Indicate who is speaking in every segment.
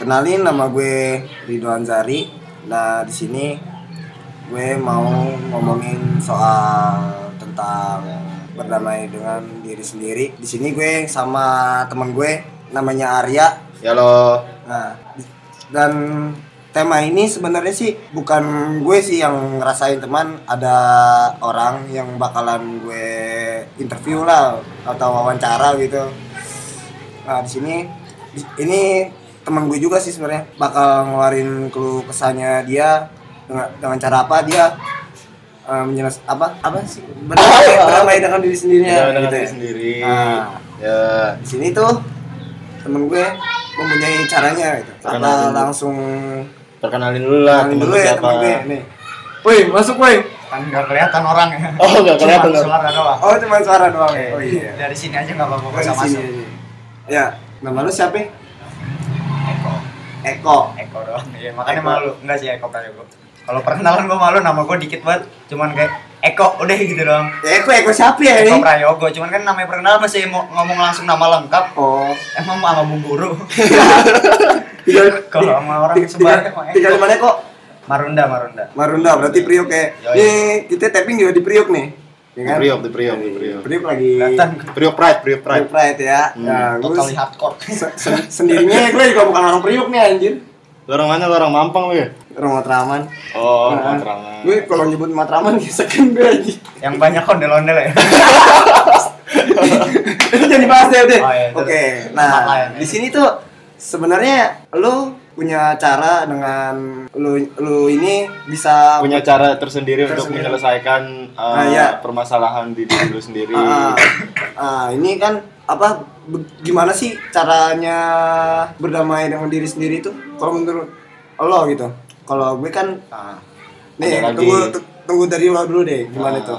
Speaker 1: Kenalin nama gue Ridho Anzari. Nah, di sini gue mau ngomongin soal tentang berdamai dengan diri sendiri. Di sini gue sama teman gue namanya Arya.
Speaker 2: Ya lo.
Speaker 1: Nah, di- dan tema ini sebenarnya sih bukan gue sih yang ngerasain teman ada orang yang bakalan gue interview lah atau wawancara gitu. Nah, di sini di- ini teman gue juga sih sebenarnya bakal ngeluarin keluh kesannya dia dengan, dengan cara apa dia eh, menjelas apa apa sih berdamai, berdamai dengan diri sendirinya
Speaker 2: Jangan dengan
Speaker 1: gitu
Speaker 2: diri
Speaker 1: ya.
Speaker 2: sendiri.
Speaker 1: Ah.
Speaker 2: Ya.
Speaker 1: di sini tuh temen gue mempunyai caranya gitu.
Speaker 2: Caranya
Speaker 1: Apa
Speaker 2: dulu.
Speaker 1: langsung
Speaker 2: Perkenalin dulu lah
Speaker 1: kenalin
Speaker 2: temen
Speaker 1: dulu
Speaker 2: lu
Speaker 1: ya
Speaker 2: siapa.
Speaker 1: temen gue nih.
Speaker 3: Woi, masuk woi. Kan nggak kelihatan orang ya.
Speaker 2: Oh, nggak kelihatan.
Speaker 3: Cuma Suara doang.
Speaker 1: Oh cuma suara doang. ya? Oh iya.
Speaker 3: Dari sini aja nggak apa-apa
Speaker 1: Gue di
Speaker 3: bisa masuk.
Speaker 1: sini. Ya, nama lu siapa?
Speaker 3: Eko,
Speaker 1: Eko.
Speaker 3: Eko doang. Iya, makanya
Speaker 1: Eko.
Speaker 3: malu. Enggak sih Eko kayak gue. Kalau perkenalan gue malu, nama gue dikit banget. Cuman kayak Eko, udah gitu doang.
Speaker 1: Ya, Eko Eko siapa ya ini?
Speaker 3: Eko Prayogo, cuman kan namanya perkenalan masih mau ngomong langsung nama lengkap.
Speaker 1: Oh.
Speaker 3: Emang sama Bung Guru.
Speaker 1: Tinggal
Speaker 3: Kalau sama orang ya,
Speaker 1: tinggal,
Speaker 3: sembarang sama Eko.
Speaker 1: tinggal di mana Eko?
Speaker 3: Marunda, Marunda.
Speaker 1: Marunda berarti Priok ya.
Speaker 3: Yoi.
Speaker 1: Ini kita tapping juga di Priok nih. Ya iya.
Speaker 2: Di Priok, di Priok, di Priok.
Speaker 1: Priok lagi
Speaker 3: Kelihatan
Speaker 2: Priok Pride, Priok
Speaker 1: Priok
Speaker 2: Pride.
Speaker 1: Pride ya.
Speaker 2: Hmm.
Speaker 1: Nah, gue
Speaker 3: totally hardcore.
Speaker 1: se- se- sendirinya gue juga bukan orang Priok nih anjir.
Speaker 2: Lu orang mana? Lu orang Mampang lu ya?
Speaker 1: Rumah Traman.
Speaker 2: Oh,
Speaker 1: Nah,
Speaker 2: Matraman.
Speaker 1: Gue kalau nyebut Matraman geseken gue aja.
Speaker 3: Yang banyak ondel-ondel ya.
Speaker 1: Itu Kan jadi bahas deh udah.
Speaker 3: Oh, iya, itu.
Speaker 1: Oke.
Speaker 3: Tempat lain,
Speaker 1: Nah,
Speaker 3: ya.
Speaker 1: di sini tuh sebenarnya lu punya cara dengan lu lu ini bisa
Speaker 2: punya cara tersendiri untuk
Speaker 1: Tersendiri.
Speaker 2: menyelesaikan uh,
Speaker 1: Ah, iya.
Speaker 2: permasalahan di diri lu sendiri.
Speaker 1: Ah, ah, ini kan apa be- gimana sih caranya berdamai dengan diri sendiri itu kalau menurut lo gitu. Kalau gue kan
Speaker 3: Nah,
Speaker 1: nih
Speaker 2: Ada lagi.
Speaker 1: tunggu tu- tunggu dari lo dulu deh gimana
Speaker 2: Ah.
Speaker 1: itu.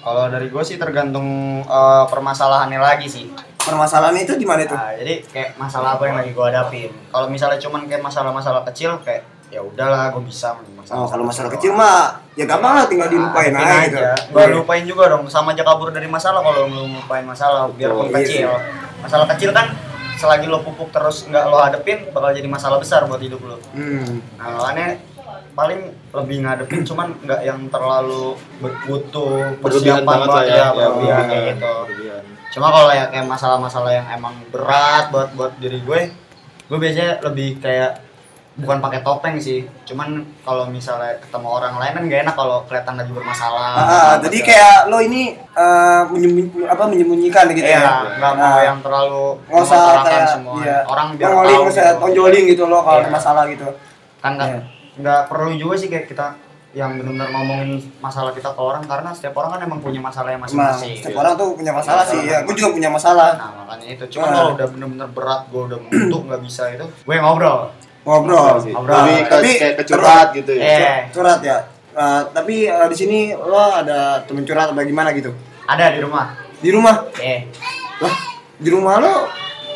Speaker 3: Kalau dari gue sih tergantung eh, permasalahannya lagi sih.
Speaker 1: Permasalahan itu gimana itu?
Speaker 3: Nah, jadi kayak masalah apa yang lagi gue hadapin. Kalau misalnya cuman kayak masalah-masalah kecil kayak ya udahlah gue bisa Ah,
Speaker 1: Oh, kalau masalah kecil mah ya gampang lah tinggal dilupain aja, gitu.
Speaker 3: Gue lupain juga dong, sama aja kabur dari masalah kalau lu lupain masalah biarpun
Speaker 1: Betul, iya
Speaker 3: kecil. Masalah kecil kan selagi lo pupuk terus nggak lo hadepin bakal jadi masalah besar buat hidup lo.
Speaker 1: Hmm.
Speaker 3: Nah, makanya paling lebih ngadepin cuman nggak yang terlalu butuh
Speaker 2: Berlebihan
Speaker 3: persiapan
Speaker 2: banget lah
Speaker 3: banget
Speaker 2: ya.
Speaker 1: iya,
Speaker 3: ya, berlebihan kayak
Speaker 2: berlebihan.
Speaker 3: gitu.
Speaker 2: Berlebihan.
Speaker 3: Cuma kalau ya kayak masalah-masalah yang emang berat buat buat diri gue, gue biasanya lebih kayak bukan pakai topeng sih. Cuman kalau misalnya ketemu orang lain kan gak enak kalau kelihatan lagi bermasalah.
Speaker 1: Ah, jadi kayak lo ini eh, menyembunyi, apa menyembunyikan gitu
Speaker 3: Iya,
Speaker 1: ya.
Speaker 3: nggak mau
Speaker 1: Ah.
Speaker 3: yang terlalu
Speaker 1: Nggak usah
Speaker 3: mengutarakan
Speaker 1: kayak
Speaker 3: semua.
Speaker 1: iya.
Speaker 3: Orang biar
Speaker 1: Nongolin,
Speaker 3: tahu
Speaker 1: nggak usah
Speaker 3: gitu.
Speaker 1: tonjolin gitu lo kalau
Speaker 3: Iya.
Speaker 1: ada masalah gitu.
Speaker 3: kan nggak
Speaker 1: Iya.
Speaker 3: nggak perlu juga sih kayak kita yang benar-benar ngomongin masalah kita ke orang karena setiap orang kan emang punya masalahnya
Speaker 1: Emang
Speaker 3: masing-masing.
Speaker 1: setiap orang tuh punya masalah
Speaker 3: Iya.
Speaker 1: sih. Ya, gue juga punya masalah.
Speaker 3: Nah makanya itu. Cuman
Speaker 1: Nah.
Speaker 3: kalau udah bener-bener berat, gue udah mengutuk nggak bisa itu, gue ngobrol.
Speaker 1: Ngobrol.
Speaker 2: Iya Sih.
Speaker 3: Ngobrol.
Speaker 2: Lebih ke,
Speaker 1: Tapi
Speaker 2: kayak ke curhat gitu ya.
Speaker 3: Eh,
Speaker 1: Curhat ya. Ah, tapi eh, di sini lo ada temen curhat atau gimana gitu?
Speaker 3: ada di rumah.
Speaker 1: Di rumah?
Speaker 3: Eh,
Speaker 1: Lah, di rumah lo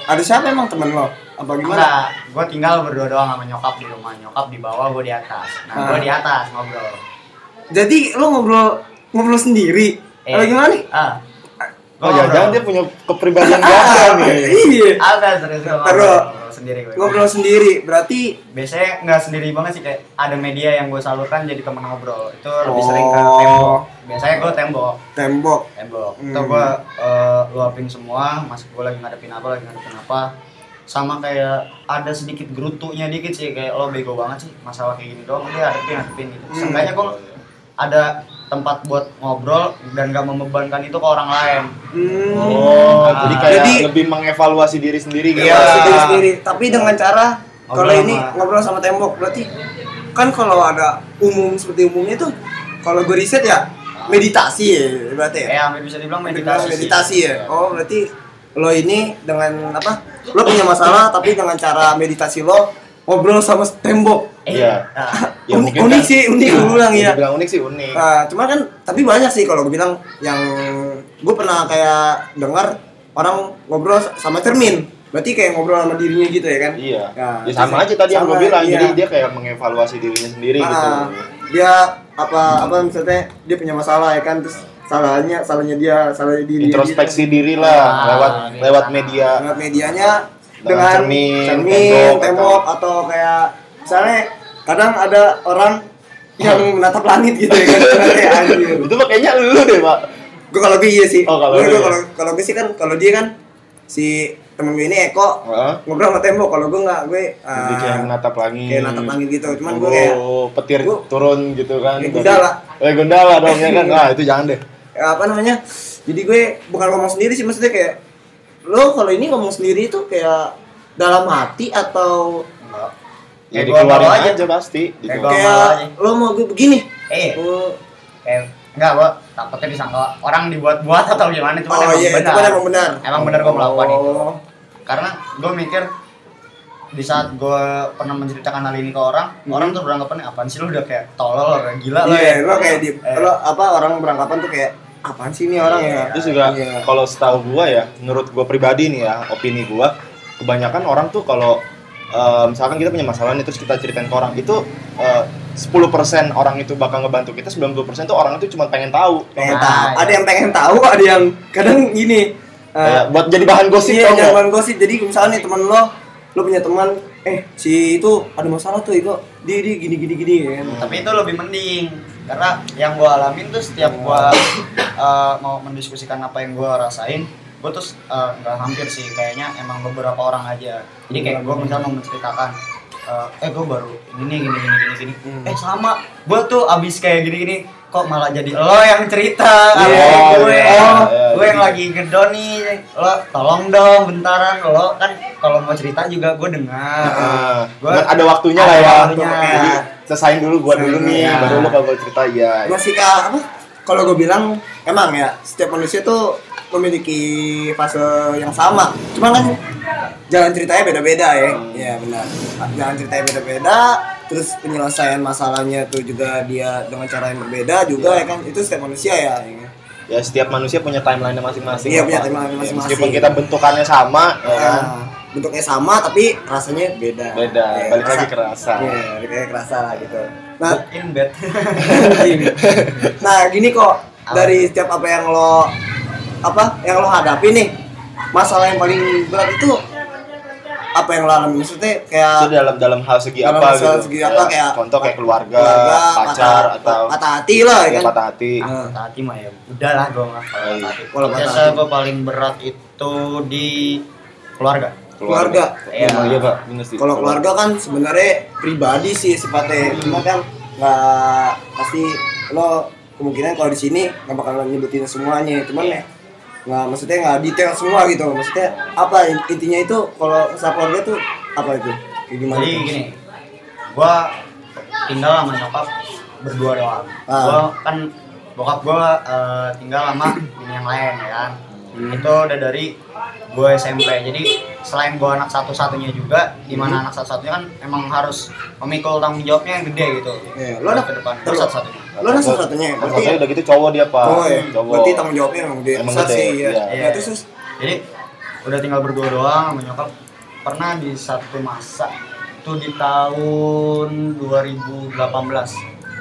Speaker 1: ada siapa emang temen lo? Apa gimana?
Speaker 3: gimana? Gue tinggal berdua doang sama nyokap di rumah. Nyokap di bawah, gue di atas. Nah, gue
Speaker 1: Ah.
Speaker 3: di atas ngobrol.
Speaker 1: Jadi lo ngobrol ngobrol sendiri?
Speaker 3: Eh,
Speaker 1: Apa gimana nih?
Speaker 3: Ah, gue
Speaker 2: Oh, jangan dia punya kepribadian ganda nih.
Speaker 1: Iya.
Speaker 3: Ada serius gue
Speaker 1: Terus.
Speaker 3: ngobrol ngobrol sendiri gue.
Speaker 1: Ngobrol sendiri berarti
Speaker 3: Biasanya nggak sendiri banget sih kayak ada media yang gue salurkan jadi teman ngobrol. Itu lebih
Speaker 1: Oh.
Speaker 3: sering ke tembok. Biasanya gue tembok.
Speaker 1: tembok.
Speaker 3: tembok.
Speaker 1: Hmm.
Speaker 3: Itu gua eh, luapin semua, mas gua lagi ngadepin apa, lagi ngadepin apa. Sama kayak ada sedikit gerutunya dikit sih kayak lo bego banget sih masalah kayak gini doang dia hadepin hadepin gitu.
Speaker 1: Hmm.
Speaker 3: Seenggaknya gua ada tempat buat ngobrol dan gak membebankan itu ke orang lain.
Speaker 1: Hmm.
Speaker 2: Oh,
Speaker 3: Ah.
Speaker 2: jadi kayak
Speaker 1: Jadi-
Speaker 2: lebih mengevaluasi diri sendiri gitu.
Speaker 3: Iya.
Speaker 1: Masih diri sendiri. Tapi
Speaker 2: Iya.
Speaker 1: dengan cara
Speaker 2: Oh,
Speaker 3: Ngobrol
Speaker 1: kalau ini
Speaker 3: sama-
Speaker 1: ngobrol sama tembok berarti kan kalau ada umum seperti umumnya tuh kalau gue riset ya meditasi ya berarti ya.
Speaker 3: Eh hampir bisa dibilang meditasi. sih.
Speaker 1: meditasi ya. Oh berarti lo ini dengan apa? Lo punya masalah tapi dengan cara meditasi lo ngobrol sama tembok.
Speaker 3: Eh,
Speaker 2: Iya.
Speaker 3: nah,
Speaker 2: Ya,
Speaker 1: unik,
Speaker 2: mungkin
Speaker 1: unik
Speaker 2: kan-
Speaker 1: sih, unik gue bilang
Speaker 2: Yang
Speaker 1: ya.
Speaker 2: dibilang unik sih unik.
Speaker 1: Nah, cuman kan tapi banyak sih kalau gue bilang yang gue pernah kayak dengar orang ngobrol sama cermin. Berarti kayak ngobrol sama dirinya gitu ya kan?
Speaker 2: Iya.
Speaker 1: Nah,
Speaker 2: ya sama aja tadi yang
Speaker 1: sama,
Speaker 2: gue bilang.
Speaker 1: iya.
Speaker 2: Jadi dia kayak mengevaluasi dirinya sendiri gitu.
Speaker 1: Ah, Dia apa apa misalnya dia punya masalah ya kan terus salahnya salahnya dia gitu. salahnya diri
Speaker 2: Iya, Introspeksi diri
Speaker 3: Ah,
Speaker 2: lah lewat
Speaker 3: iya.
Speaker 2: lewat media.
Speaker 1: Lewat medianya dengan
Speaker 2: cermin,
Speaker 1: cermin,
Speaker 2: tembok,
Speaker 1: tembok, atau kayak misalnya kadang ada orang yang menatap langit gitu ya kan kayak anjir
Speaker 2: itu mah kayaknya lu deh pak
Speaker 1: gue kalau gue iya sih
Speaker 2: Oh, kalau
Speaker 1: Gua-
Speaker 2: lu
Speaker 1: gua
Speaker 2: iya.
Speaker 1: kalau kalau gue sih kan kalau dia kan si temen gue ini Eko
Speaker 2: Heeh.
Speaker 1: ngobrol sama tembok kalau gue nggak gue ah,
Speaker 2: Jadi kayak menatap langit
Speaker 1: kayak natap langit gitu cuman gue
Speaker 2: Oh,
Speaker 1: kayak
Speaker 2: petir
Speaker 1: gua-
Speaker 2: turun gitu kan
Speaker 1: Kayak gundala.
Speaker 2: eh gundala dong ya kan nah itu jangan deh
Speaker 1: ya, apa namanya jadi gue bukan ngomong sendiri sih maksudnya kayak lo kalau ini ngomong sendiri itu kayak dalam hati atau
Speaker 2: ya,
Speaker 3: Ya, gua
Speaker 2: dikeluarin
Speaker 3: bawa aja.
Speaker 2: aja, pasti Gitu.
Speaker 3: Ya,
Speaker 2: Dikeluarin.
Speaker 3: gua-
Speaker 1: kayak lo mau gue begini Oh.
Speaker 3: eh
Speaker 1: Gua-
Speaker 3: eh enggak gua takutnya disangka orang dibuat-buat atau gimana cuman
Speaker 1: oh
Speaker 3: emang
Speaker 1: iya
Speaker 3: benar
Speaker 1: itu kan emang benar
Speaker 3: emang benar gua melakukan itu
Speaker 1: Oh.
Speaker 3: karena gue mikir di saat gue pernah menceritakan hal ini ke orang
Speaker 1: Hmm.
Speaker 3: orang tuh beranggapannya apaan sih lu udah kayak tolol orang gila lu
Speaker 1: Iya, lo kayak di
Speaker 3: Eh.
Speaker 1: lo apa orang beranggapan tuh kayak apaan sih ini orang ya?
Speaker 2: Terus juga
Speaker 1: Iya.
Speaker 2: kalau setahu gua ya, menurut gua pribadi nih ya, opini gua, kebanyakan orang tuh kalau eh, misalkan kita punya masalah nih terus kita ceritain ke orang itu eh, 10% orang itu bakal ngebantu kita, 90% tuh orang itu cuma pengen tahu.
Speaker 1: pengen
Speaker 3: Ah,
Speaker 1: tahu.
Speaker 3: iya.
Speaker 1: Ada yang pengen tahu, ada yang kadang gini.
Speaker 2: Kayak buat jadi bahan
Speaker 1: Nah,
Speaker 2: gosip
Speaker 1: iya,
Speaker 2: tau nggak?
Speaker 1: jangan gosip. Jadi misalnya nih temen lo, lo punya teman, eh si itu ada masalah tuh, Iko. Dia dia gini gini gini ya. kan?
Speaker 3: tapi itu lebih mending karena yang gue alamin tuh setiap gue mau mendiskusikan apa yang gue rasain gue tuh eh, nggak hampir sih kayaknya emang beberapa orang aja jadi kayak gue misal mau menceritakan eh, eh gue baru ini gini gini gini gini
Speaker 1: Hmm.
Speaker 3: eh sama gue tuh abis kayak gini gini kok malah jadi lo yang cerita
Speaker 1: Iya,
Speaker 3: apa yang gue
Speaker 2: iya, iya,
Speaker 3: gue yang
Speaker 2: iya.
Speaker 3: lagi gedon nih lo tolong dong bentaran lo kan kalau mau cerita juga gue dengar
Speaker 2: Nah,
Speaker 1: iya.
Speaker 3: Gua-
Speaker 2: cuman ada waktunya lah
Speaker 3: Ada
Speaker 2: ya.
Speaker 3: waktunya.
Speaker 2: Jadi selesain dulu gua dulu
Speaker 1: Selesain
Speaker 2: nih,
Speaker 1: dulu, ya.
Speaker 2: baru lu kalau cerita ya.
Speaker 1: Masih ke apa? Kalau gue bilang emang ya setiap manusia tuh memiliki fase yang sama. Cuma kan jalan ceritanya beda-beda ya. Iya benar. Jalan ceritanya beda-beda. Terus penyelesaian masalahnya tuh juga dia dengan cara yang berbeda juga ya kan. Itu setiap manusia ya. ya kan?
Speaker 2: Ya setiap manusia punya timeline masing-masing.
Speaker 1: Iya,
Speaker 2: Pak.
Speaker 1: punya timeline masing-masing.
Speaker 2: Meskipun kita bentukannya sama, ya kan?
Speaker 1: Ah, bentuknya sama tapi rasanya beda.
Speaker 2: Beda,
Speaker 1: Iya,
Speaker 2: balik
Speaker 1: rasa-
Speaker 2: lagi ke rasa.
Speaker 1: Iya, balik lagi ke rasa lah gitu. Nah,
Speaker 3: in bed
Speaker 1: Anjing. nah gini kok dari setiap apa yang lo apa yang lo hadapi nih masalah yang paling berat itu apa yang lo alami maksudnya
Speaker 2: itu
Speaker 1: kayak
Speaker 2: dalam dalam hal segi
Speaker 1: dalam
Speaker 2: apa
Speaker 1: masalah
Speaker 2: gitu
Speaker 1: segi apa
Speaker 2: Ya,
Speaker 1: kayak
Speaker 2: contoh kayak keluarga,
Speaker 1: keluarga,
Speaker 2: pacar
Speaker 1: patah-
Speaker 2: atau
Speaker 1: patah hati lah ya
Speaker 2: ya,
Speaker 1: kan
Speaker 2: patah hati
Speaker 1: Nah,
Speaker 3: hati mah ya udahlah gue mah kalau
Speaker 1: Oh,
Speaker 2: Iya.
Speaker 3: hati
Speaker 1: Kalau patah
Speaker 3: biasa
Speaker 1: hati.
Speaker 3: gue Ya, paling berat itu di keluarga
Speaker 1: keluarga.
Speaker 2: Iya,
Speaker 3: Iya.
Speaker 2: iya, Pak. Bener sih.
Speaker 1: kalau keluarga kan sebenarnya pribadi sih
Speaker 3: Hmm.
Speaker 1: sifatnya cuma kan nggak pasti lo kemungkinan kalau di sini nggak bakal nyebutin semuanya cuman ya nggak maksudnya nggak detail semua gitu maksudnya apa intinya itu kalau masalah keluarga tuh apa itu Kayak gimana
Speaker 3: jadi
Speaker 1: tuh?
Speaker 3: gini gue tinggal sama nyokap berdua doang
Speaker 1: Ah.
Speaker 3: gue kan bokap gue tinggal sama bini yang lain ya kan
Speaker 1: Hmm.
Speaker 3: itu udah dari gue SMP jadi selain gue anak satu-satunya juga dimana
Speaker 1: Hmm.
Speaker 3: anak satu-satunya kan emang harus memikul tanggung jawabnya yang gede gitu
Speaker 1: Iya, lo anak-
Speaker 3: ke depan
Speaker 1: lo-
Speaker 3: gue satu-satunya
Speaker 1: lo lah salah satunya ya?
Speaker 2: berarti udah gitu cowok dia Pak.
Speaker 1: Oh ya,
Speaker 2: Cowok.
Speaker 1: berarti tanggung jawabnya emang dia
Speaker 2: Emang
Speaker 1: besar
Speaker 2: gede,
Speaker 1: sih ya.
Speaker 2: iya.
Speaker 1: Nah, terus, terus
Speaker 3: jadi udah tinggal berdua doang sama nyokap pernah di satu masa itu di tahun 2018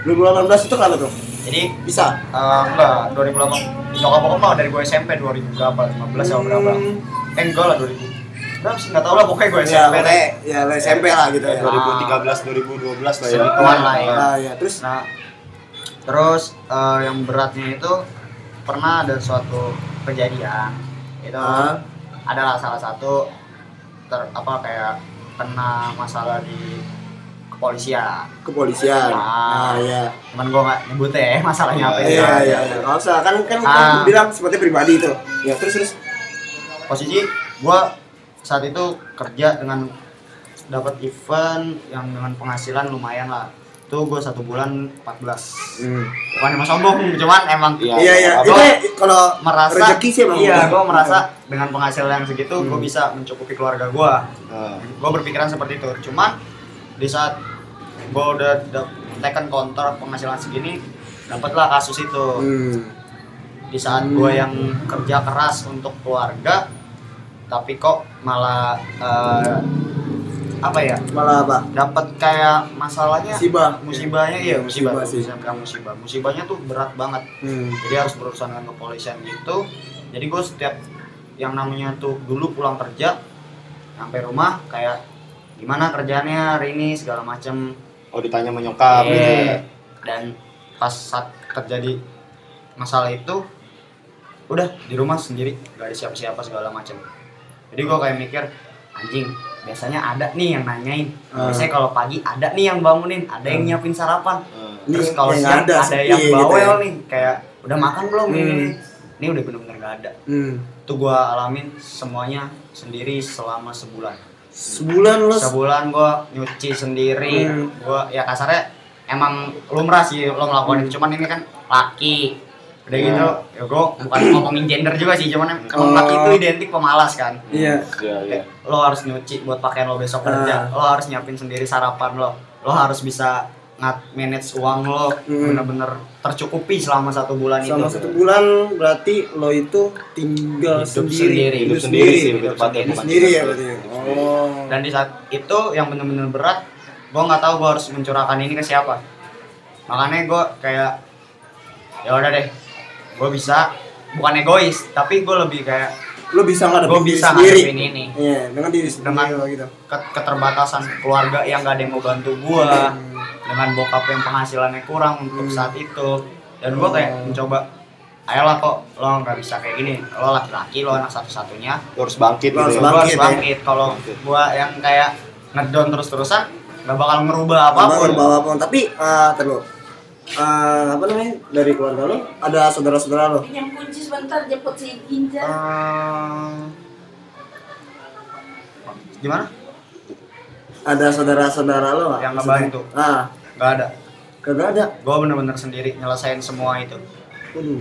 Speaker 1: 2018 itu kenapa tuh?
Speaker 3: jadi
Speaker 1: Bisa?
Speaker 3: eh, enggak 2018 nyokap bokap mah dari gue SMP 2000 berapa 15 atau berapa
Speaker 1: Hmm.
Speaker 3: eh enggak lah 2000 berapa sih enggak tahu lah pokoknya gue
Speaker 1: Ya,
Speaker 3: SMP
Speaker 1: pokoknya, ya lo SMP lah gitu
Speaker 2: Ya,
Speaker 3: Iya.
Speaker 1: ya.
Speaker 2: 2013 2012 lah ya.
Speaker 3: Segituan lah ya.
Speaker 1: Nah, ya terus
Speaker 3: Nah, terus eh, yang beratnya itu pernah ada suatu kejadian itu
Speaker 1: Ah.
Speaker 3: adalah salah satu ter apa kayak kena masalah di kepolisian.
Speaker 1: kepolisian.
Speaker 3: Ah.
Speaker 1: Nah, ya.
Speaker 3: Cuman gua nggak nyebut ya masalahnya apa
Speaker 1: Iya,
Speaker 3: ya.
Speaker 1: iya, iya. Nggak usah. Kan, kan, kan
Speaker 3: Ah.
Speaker 1: bilang seperti pribadi itu. Ya, terus, terus.
Speaker 3: Posisi gua saat itu kerja dengan dapat event yang dengan penghasilan lumayan lah. Itu gua satu bulan 14. Bukan emang sombong, cuman emang
Speaker 2: Iya.
Speaker 1: Iya, iya.
Speaker 2: Apa?
Speaker 1: Itu ya, kalau
Speaker 3: merasa
Speaker 1: rezeki sih emang.
Speaker 3: iya gue merasa dengan penghasilan yang segitu gue
Speaker 1: Hmm.
Speaker 3: bisa mencukupi keluarga gue
Speaker 1: Ah.
Speaker 2: Nah,
Speaker 3: gue berpikiran seperti itu cuman di saat gue udah dap- tekan kontrak penghasilan segini dapatlah kasus itu
Speaker 1: Hmm.
Speaker 3: di saat gue yang kerja keras untuk keluarga tapi kok malah eh, apa ya
Speaker 1: Malah apa?
Speaker 3: dapat kayak masalahnya
Speaker 1: Musibah.
Speaker 3: Ya,
Speaker 1: Hmm,
Speaker 3: musibahnya iya
Speaker 1: Musibah
Speaker 3: musibah musibah,
Speaker 1: sih.
Speaker 3: musibah musibahnya tuh berat banget
Speaker 1: Hmm.
Speaker 3: jadi harus berurusan dengan kepolisian gitu jadi gue setiap yang namanya tuh dulu pulang kerja nah, sampai rumah kayak gimana kerjaannya hari ini segala macem
Speaker 2: oh ditanya menyokap
Speaker 3: Iya.
Speaker 2: gitu ya.
Speaker 3: dan pas saat terjadi masalah itu udah di rumah sendiri gak ada siapa-siapa segala macem jadi gua kayak mikir anjing biasanya ada nih yang nanyain
Speaker 1: Hmm.
Speaker 3: biasanya kalau pagi ada nih yang bangunin ada yang nyiapin sarapan
Speaker 2: Hmm.
Speaker 1: Ini
Speaker 3: Terus kalau
Speaker 1: yang
Speaker 3: siang
Speaker 1: ada,
Speaker 3: ada,
Speaker 1: sepi
Speaker 3: yang
Speaker 1: gitu
Speaker 3: bawel
Speaker 1: ya.
Speaker 3: nih kayak udah makan belum ini
Speaker 1: Hmm.
Speaker 3: ini?" ini udah bener-bener gak ada
Speaker 1: Hmm.
Speaker 3: itu gua alamin semuanya sendiri selama sebulan
Speaker 1: Sebulan lu
Speaker 3: sebulan gua nyuci sendiri
Speaker 1: Hmm.
Speaker 3: gua ya kasarnya emang lumrah sih lo
Speaker 1: Hmm.
Speaker 3: ngelakuin itu cuman ini kan laki udah
Speaker 2: Iya.
Speaker 3: gitu ya gua bukan ngomongin gender juga sih cuman em-
Speaker 1: Oh.
Speaker 3: emang laki itu identik pemalas kan
Speaker 1: Iya.
Speaker 2: Iya, iya.
Speaker 3: lo harus nyuci buat pakaian lo
Speaker 1: Ah.
Speaker 3: besok kerja lo harus nyiapin sendiri sarapan lo lo harus bisa ngat manage uang lo
Speaker 1: Hmm.
Speaker 3: bener-bener tercukupi selama satu bulan
Speaker 1: selama
Speaker 3: itu
Speaker 1: satu bulan berarti lo itu tinggal
Speaker 3: Hidup
Speaker 1: sendiri.
Speaker 3: sendiri.
Speaker 2: Hidup sendiri sih lebih
Speaker 3: hidup
Speaker 2: tepatnya
Speaker 1: Hidup
Speaker 2: bukan
Speaker 1: sendiri ya
Speaker 2: hidup
Speaker 1: berarti.
Speaker 2: sendiri.
Speaker 1: Oh.
Speaker 3: dan di saat itu yang bener-bener berat gua nggak tahu gua harus mencurahkan ini ke siapa makanya gua kayak ya udah deh gua bisa bukan egois tapi gua lebih kayak
Speaker 1: lo bisa ngadepin
Speaker 3: gua
Speaker 1: diri
Speaker 3: bisa
Speaker 1: sendiri.
Speaker 3: ngadepin ini
Speaker 1: Iya, dengan diri sendiri
Speaker 3: Dengan-
Speaker 1: lo gitu.
Speaker 3: Ket- keterbatasan keluarga yang gak ada yang mau bantu gua dengan bokap yang penghasilannya kurang untuk
Speaker 1: Hmm.
Speaker 3: saat itu dan gua kayak
Speaker 1: Hmm.
Speaker 3: mencoba ayolah kok lo nggak bisa kayak gini lo laki-laki lo anak satu-satunya
Speaker 2: Lu harus bangkit
Speaker 1: Lu harus
Speaker 2: gitu ya.
Speaker 3: gua
Speaker 1: bangkit.
Speaker 3: harus bangkit kalau
Speaker 2: Bangkit.
Speaker 3: gua yang kayak ngedown terus-terusan nggak bakal ngerubah
Speaker 1: Apapun,
Speaker 3: apapun
Speaker 1: apapun. Tapi eh terus apa namanya dari keluarga lo ada saudara-saudara lo
Speaker 4: Pinjam kunci sebentar jemput si Ginja.
Speaker 3: Ehm, gimana
Speaker 1: ada saudara-saudara lo nggak?
Speaker 3: Yang
Speaker 1: Maksudnya?
Speaker 3: ngebantu.
Speaker 1: ah
Speaker 3: nggak ada
Speaker 1: kagak ada Hmm.
Speaker 3: gua bener-bener sendiri nyelesain semua itu
Speaker 1: Waduh.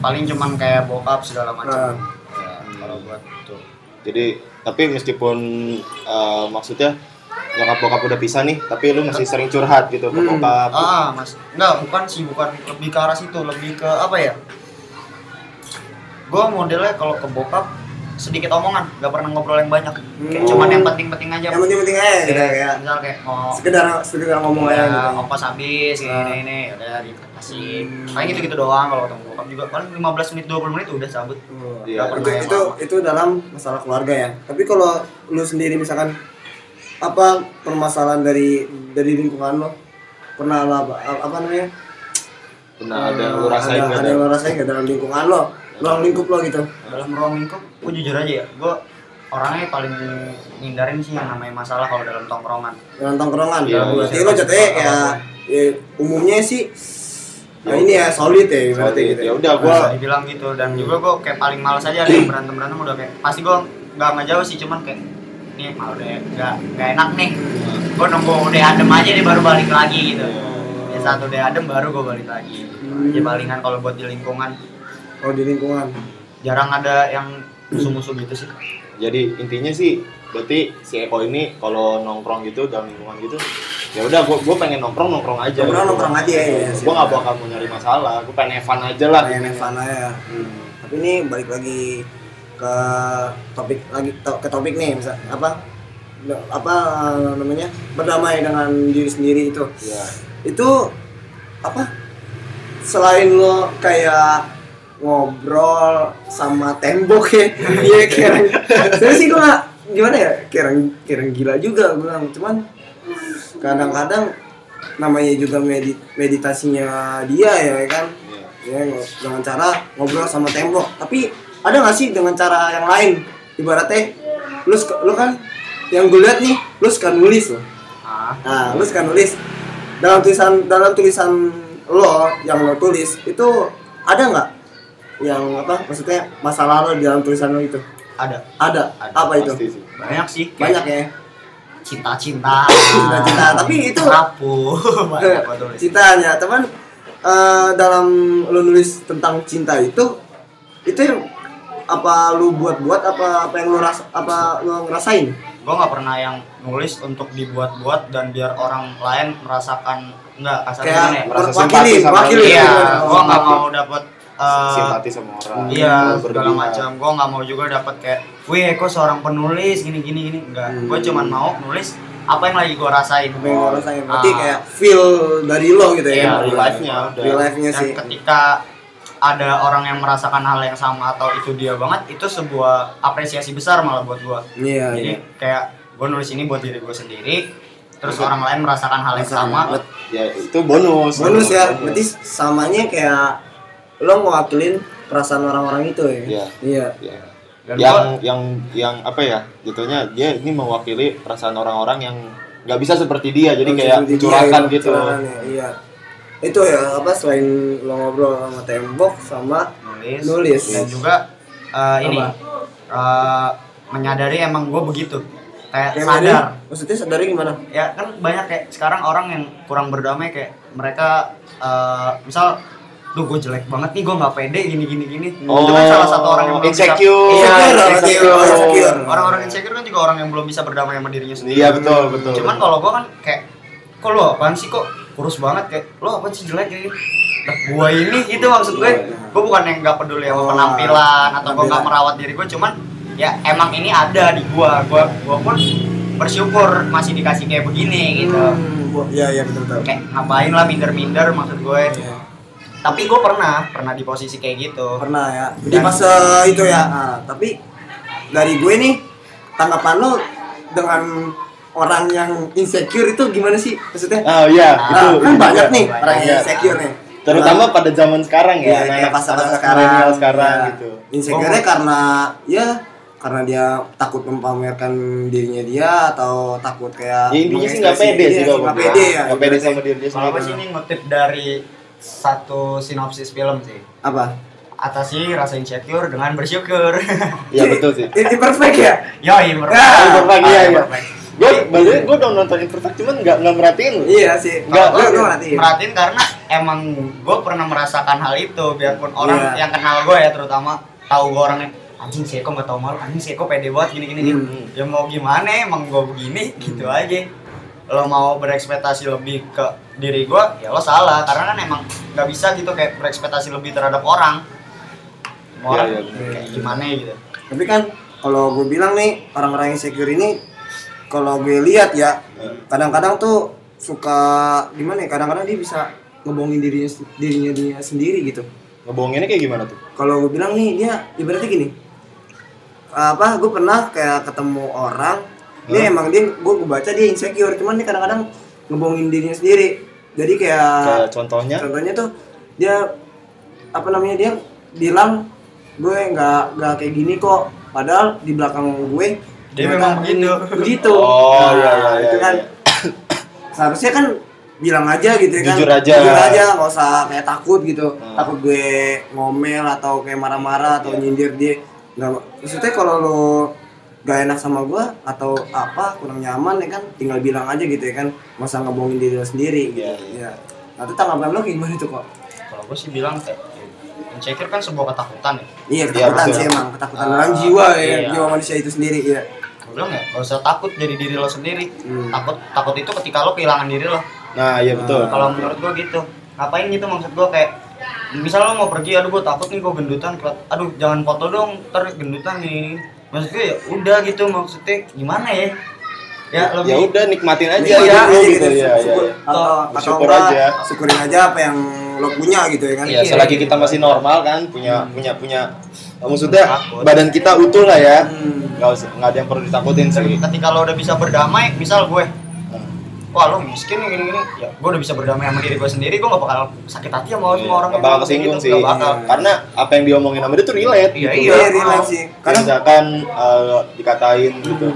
Speaker 3: paling cuman kayak bokap segala macam
Speaker 1: Ah.
Speaker 3: Ya, kalau buat itu
Speaker 2: Jadi tapi meskipun eh, maksudnya nyokap bokap udah pisah nih, tapi lu masih sering curhat gitu ke
Speaker 1: Hmm.
Speaker 2: bokap.
Speaker 3: ah mas nggak bukan sih bukan lebih ke arah situ lebih ke apa ya gue modelnya kalau ke bokap sedikit omongan nggak pernah ngobrol yang banyak kayak
Speaker 1: Hmm.
Speaker 3: cuman yang penting-penting aja
Speaker 1: yang penting-penting aja
Speaker 3: Kayak-
Speaker 1: gitu ya
Speaker 3: misal kayak mau
Speaker 1: sekedar sekedar ngomong aja gitu
Speaker 3: ya, ongkos habis ini
Speaker 1: Ah.
Speaker 3: ini ini udah dikasih
Speaker 1: Hmm.
Speaker 3: kayak gitu gitu doang kalau ketemu bokap juga paling 15 menit 20 menit udah cabut
Speaker 1: Oh,
Speaker 2: Iya.
Speaker 1: itu, itu itu dalam masalah keluarga ya. Tapi kalau lu sendiri misalkan apa permasalahan dari dari lingkungan lo pernah lo apa, apa namanya? Ah,
Speaker 2: Pernah Nah, ada lu rasain
Speaker 1: ada,
Speaker 2: nggak
Speaker 1: ada
Speaker 2: ada?
Speaker 1: yang lo rasain nggak dalam lingkungan lo? Ruang lingkup lo gitu.
Speaker 3: dalam ruang lingkup gue jujur aja ya gue orangnya paling ngindarin sih yang namanya masalah kalau dalam tongkrongan
Speaker 1: Dalam tongkrongan. Nah,
Speaker 2: Iya,
Speaker 1: berarti
Speaker 3: iya.
Speaker 1: lo jatuhnya ya, ya umumnya sih nah ini ya solid ya berarti
Speaker 2: Solid.
Speaker 1: gitu.
Speaker 2: Ya udah, gua-
Speaker 1: Nah,
Speaker 3: bisa dibilang gitu dan juga gue kayak paling males aja ada yang berantem berantem udah kayak pasti gue nggak ngejauh sih cuman kayak nih mau deh nggak nggak enak nih gue nunggu udah adem aja deh baru balik lagi gitu ya saat udah adem baru gue balik lagi
Speaker 1: Hmm.
Speaker 3: ya palingan kalau buat di lingkungan
Speaker 1: Nah, kalau di lingkungan.
Speaker 3: jarang ada yang musuh-musuh gitu sih
Speaker 2: Jadi intinya sih berarti si Eko ini kalau nongkrong gitu dalam lingkungan gitu ya udah gua gua pengen nongkrong nongkrong aja
Speaker 1: Nongkrong nongkrong aja ya. ya,
Speaker 2: gue nggak bakal mau nyari masalah gue pengen Evan aja lah
Speaker 1: Kayak Nevan aja.
Speaker 2: Hmm.
Speaker 1: ya. tapi ini balik lagi ke topik lagi to- ke topik nih misal apa da- apa eh, namanya berdamai dengan diri sendiri itu
Speaker 2: Iya.
Speaker 1: itu apa selain lo kayak ngobrol sama tembok ya iya keren saya sih gua gimana ya keren keren gila juga gua bilang cuman kadang-kadang namanya juga medit- meditasinya dia ya kan
Speaker 2: Iya.
Speaker 1: ya ngo- dengan cara ngobrol sama tembok tapi ada nggak sih dengan cara yang lain ibaratnya lu suka- lu kan yang gue lihat nih lu suka nulis loh
Speaker 3: ah
Speaker 1: nah lu suka nulis dalam tulisan dalam tulisan lo yang lo tulis itu ada nggak yang apa maksudnya masalah lo di dalam tulisan lo itu
Speaker 3: ada
Speaker 1: ada,
Speaker 3: Ada,
Speaker 1: apa itu
Speaker 2: Pasti sih.
Speaker 3: banyak sih
Speaker 1: banyak ya
Speaker 3: cinta-cinta
Speaker 1: Cinta-cinta, tapi itu- Eh,
Speaker 3: rapuh banyak gua tulis
Speaker 1: cintanya teman ya, eh, dalam lu nulis tentang cinta itu itu yang apa lu buat buat apa apa yang lu ras apa lu ngerasain
Speaker 3: gue nggak pernah yang nulis untuk dibuat-buat dan biar orang lain merasakan nggak kasar
Speaker 1: Kayak
Speaker 3: gimana ya?
Speaker 1: merasa
Speaker 2: Merasa
Speaker 1: Wakili,
Speaker 2: simpati sama
Speaker 1: wakili.
Speaker 2: orang.
Speaker 3: iya
Speaker 1: merasa
Speaker 3: gue nggak
Speaker 2: simpati.
Speaker 3: mau dapat eh,
Speaker 2: simpati sama orang
Speaker 3: iya segala
Speaker 2: berlebihan.
Speaker 3: macam gue nggak mau juga dapat kayak wih Eko seorang penulis gini gini gini enggak
Speaker 1: Hmm.
Speaker 3: gue cuman mau nulis apa yang lagi gue rasain
Speaker 1: apa yang lu rasain berarti
Speaker 3: Ah.
Speaker 1: kayak feel dari lo gitu ya
Speaker 3: Iya,
Speaker 1: Dari
Speaker 2: real
Speaker 1: lo.
Speaker 2: life-nya udah.
Speaker 1: real life-nya
Speaker 3: dan
Speaker 1: sih
Speaker 3: ketika ada orang yang merasakan hal yang sama atau itu dia banget itu sebuah apresiasi besar malah buat gua
Speaker 1: Iya,
Speaker 3: jadi
Speaker 1: iya.
Speaker 3: kayak gua nulis ini buat diri gua sendiri terus
Speaker 1: Iya.
Speaker 3: orang lain merasakan hal yang sama
Speaker 1: Bet-
Speaker 2: ya itu bonus
Speaker 1: Bonus ya, berarti samanya kayak lo ngewakilin perasaan orang-orang itu ya.
Speaker 2: Iya.
Speaker 1: Iya.
Speaker 2: Ya.
Speaker 3: Dan
Speaker 2: yang
Speaker 3: gua-
Speaker 2: yang yang apa ya jatuhnya dia ini mewakili perasaan orang-orang yang nggak bisa seperti dia jadi kayak
Speaker 1: Seperti dia,
Speaker 2: curahkan
Speaker 1: iya,
Speaker 2: gitu
Speaker 1: curahan ya, iya. Itu ya apa selain lo ngobrol sama tembok sama
Speaker 3: nulis,
Speaker 1: Nulis.
Speaker 3: dan juga eh, ini
Speaker 1: Apa?
Speaker 3: eh, menyadari emang gue begitu kayak
Speaker 1: Kayak
Speaker 3: sadar
Speaker 1: mana? Maksudnya sadarnya gimana?
Speaker 3: ya kan banyak kayak sekarang orang yang kurang berdamai kayak mereka eh, misal duh gue jelek banget nih gue nggak pede gini gini gini itu kan salah satu orang yang belum
Speaker 2: Oh,
Speaker 3: bisa-
Speaker 2: insecure
Speaker 1: Iya,
Speaker 2: Insecure. Oh,
Speaker 1: insecure, insecure.
Speaker 3: orang-orang insecure kan juga orang yang belum bisa berdamai sama dirinya sendiri
Speaker 2: iya betul betul
Speaker 3: cuman kalau gue kan kayak kok lu apaan sih kok kurus banget kayak lu apa sih jelek ini lah gue ini gitu maksud gue gue bukan yang nggak peduli sama
Speaker 1: Iya, Oh,
Speaker 3: penampilan atau gue nggak
Speaker 1: penampilan.
Speaker 3: merawat diri gue cuman ya emang ini ada di gue gue gue pun bersyukur masih dikasih kayak begini gitu
Speaker 1: Hmm, bu- Iya, iya betul betul.
Speaker 3: kayak ngapain lah minder-minder maksud gue
Speaker 1: Iya.
Speaker 3: tapi gue pernah pernah di posisi kayak gitu
Speaker 1: Pernah ya. Di fase itu ya. Ah, tapi dari gue nih tanggapan lo dengan orang yang insecure itu gimana sih maksudnya?
Speaker 2: oh iya
Speaker 3: Ah,
Speaker 2: itu,
Speaker 1: Nah, kan
Speaker 2: itu
Speaker 1: banyak
Speaker 2: juga.
Speaker 1: nih orang yang
Speaker 2: Banyak.
Speaker 1: insecure nih.
Speaker 2: terutama pada zaman sekarang ya,
Speaker 1: Iya,
Speaker 2: anak-anak
Speaker 1: kayak pasar-pasar
Speaker 2: anak-anak
Speaker 1: sekarang,
Speaker 2: milenial sekarang
Speaker 1: ya.
Speaker 2: gitu
Speaker 1: Insecure-nya karena ya karena dia takut mempamerkan dirinya dia atau takut kayak
Speaker 2: ya intinya
Speaker 1: iya,
Speaker 2: sih nggak pede sih
Speaker 1: kalau
Speaker 2: kalau
Speaker 1: nggak
Speaker 2: gue.
Speaker 1: pede ya
Speaker 2: nggak pede sama diri dia
Speaker 3: kalau gue
Speaker 2: sendiri
Speaker 3: sih
Speaker 1: gitu.
Speaker 3: ini ngutip dari satu sinopsis film sih
Speaker 1: apa
Speaker 3: atasi rasa insecure dengan bersyukur
Speaker 2: iya betul sih
Speaker 1: ini perfect ya
Speaker 3: yoi
Speaker 1: Ah,
Speaker 3: perfect
Speaker 2: Imperfect, iya, iya.
Speaker 3: perfect.
Speaker 2: gue maksudnya gue udah nonton Imperfect cuman nggak nggak merhatiin lu
Speaker 1: iya sih
Speaker 2: Nggak,
Speaker 1: Kalau
Speaker 2: nggak,
Speaker 1: lu ya?
Speaker 2: nggak.
Speaker 1: nanti
Speaker 3: merhatiin karena emang gue pernah merasakan hal itu biarpun orang
Speaker 1: Iya.
Speaker 3: yang kenal gue ya terutama tahu gue orangnya anjing si Eko nggak tahu malu anjing si Eko pede banget gini gini gini."
Speaker 2: Hmm.
Speaker 3: ya mau gimana emang gue begini gitu aja lo mau berekspektasi lebih ke diri gue ya lo salah karena kan emang nggak bisa gitu kayak berekspektasi lebih terhadap orang
Speaker 2: Iya,
Speaker 3: Semua orang
Speaker 2: iya, bener.
Speaker 3: kayak gimana gitu
Speaker 1: tapi kan kalau gue bilang nih orang-orang insecure ini kalau gue lihat ya kadang-kadang tuh suka gimana ya kadang-kadang dia bisa ngebohongin dirinya dirinya dia sendiri gitu
Speaker 2: ngebohonginnya kayak gimana tuh
Speaker 1: kalau gue bilang nih dia ibaratnya gini apa gue pernah kayak ketemu orang dia
Speaker 2: Hmm.
Speaker 1: emang dia gue baca dia insecure cuman dia kadang-kadang ngebohongin dirinya sendiri jadi kayak
Speaker 2: Kayak contohnya
Speaker 1: contohnya tuh dia apa namanya dia bilang gue nggak nggak kayak gini kok padahal di belakang gue
Speaker 3: Dia
Speaker 1: ternyata
Speaker 3: memang begitu.
Speaker 1: begitu
Speaker 2: Oh,
Speaker 1: Nah,
Speaker 2: iya, iya,
Speaker 1: itu
Speaker 2: iya,
Speaker 1: kan
Speaker 2: iya.
Speaker 1: seharusnya kan bilang aja gitu ya kan
Speaker 2: Jujur aja.
Speaker 1: jujur aja nggak usah kayak takut gitu
Speaker 2: Hmm. Iya.
Speaker 1: takut gue ngomel atau kayak marah-marah atau nyindir dia nggak maksudnya kalau lo gak enak sama gue atau apa kurang nyaman ya kan tinggal bilang aja gitu ya kan nggak usah ngebohongin diri lo sendiri gitu ya
Speaker 2: Iya,
Speaker 1: nah itu tanggapan lo kayak gimana tuh kok
Speaker 3: kalau gue sih bilang kayak insecure kan sebuah ketakutan ya
Speaker 1: Iya ketakutan
Speaker 2: betul.
Speaker 1: sih emang ketakutan
Speaker 3: Ah,
Speaker 1: orang jiwa ya
Speaker 3: iya.
Speaker 1: jiwa manusia itu sendiri ya.
Speaker 3: gue bilang ya gak usah takut jadi diri lo sendiri
Speaker 1: Hmm.
Speaker 3: takut takut itu ketika lo kehilangan diri lo
Speaker 2: nah iya betul
Speaker 3: kalau menurut gue gitu ngapain gitu maksud gue kayak misal lo mau pergi aduh gue takut nih gue gendutan keliat- aduh jangan foto dong ntar gendutan nih maksud gue ya udah gitu maksudnya gimana ya ya
Speaker 2: ya
Speaker 3: lebih
Speaker 2: udah nikmatin aja
Speaker 1: Nikmatin
Speaker 2: ya
Speaker 1: aja
Speaker 2: gitu ya ya,
Speaker 1: syukur-
Speaker 2: ya.
Speaker 1: Atau atau
Speaker 2: Bersyukur
Speaker 1: enggak,
Speaker 2: aja.
Speaker 1: syukurin aja apa yang lo punya gitu ya kan.
Speaker 2: Iya, selagi kita masih normal kan, punya punya punya maksudnya
Speaker 3: Takut.
Speaker 2: badan kita utuh lah ya.
Speaker 1: Hmm.
Speaker 2: Enggak usah nggak ada yang perlu ditakutin sih. Hmm.
Speaker 3: ketika lo udah bisa berdamai misal gue wah lo miskin nih gini gini ya gue udah bisa berdamai sama diri gue sendiri gue gak bakal sakit hati sama
Speaker 2: Iya,
Speaker 3: semua orang
Speaker 2: nggak bakal kesinggung sih. Hmm.
Speaker 3: gak bakal
Speaker 1: Iya.
Speaker 2: Karena apa yang diomongin sama dia tuh relate
Speaker 3: Iya,
Speaker 2: gitu.
Speaker 1: Iya,
Speaker 3: iya.
Speaker 1: relax sih.
Speaker 2: Karena
Speaker 1: Karena
Speaker 2: misalkan eh, dikatain gitu.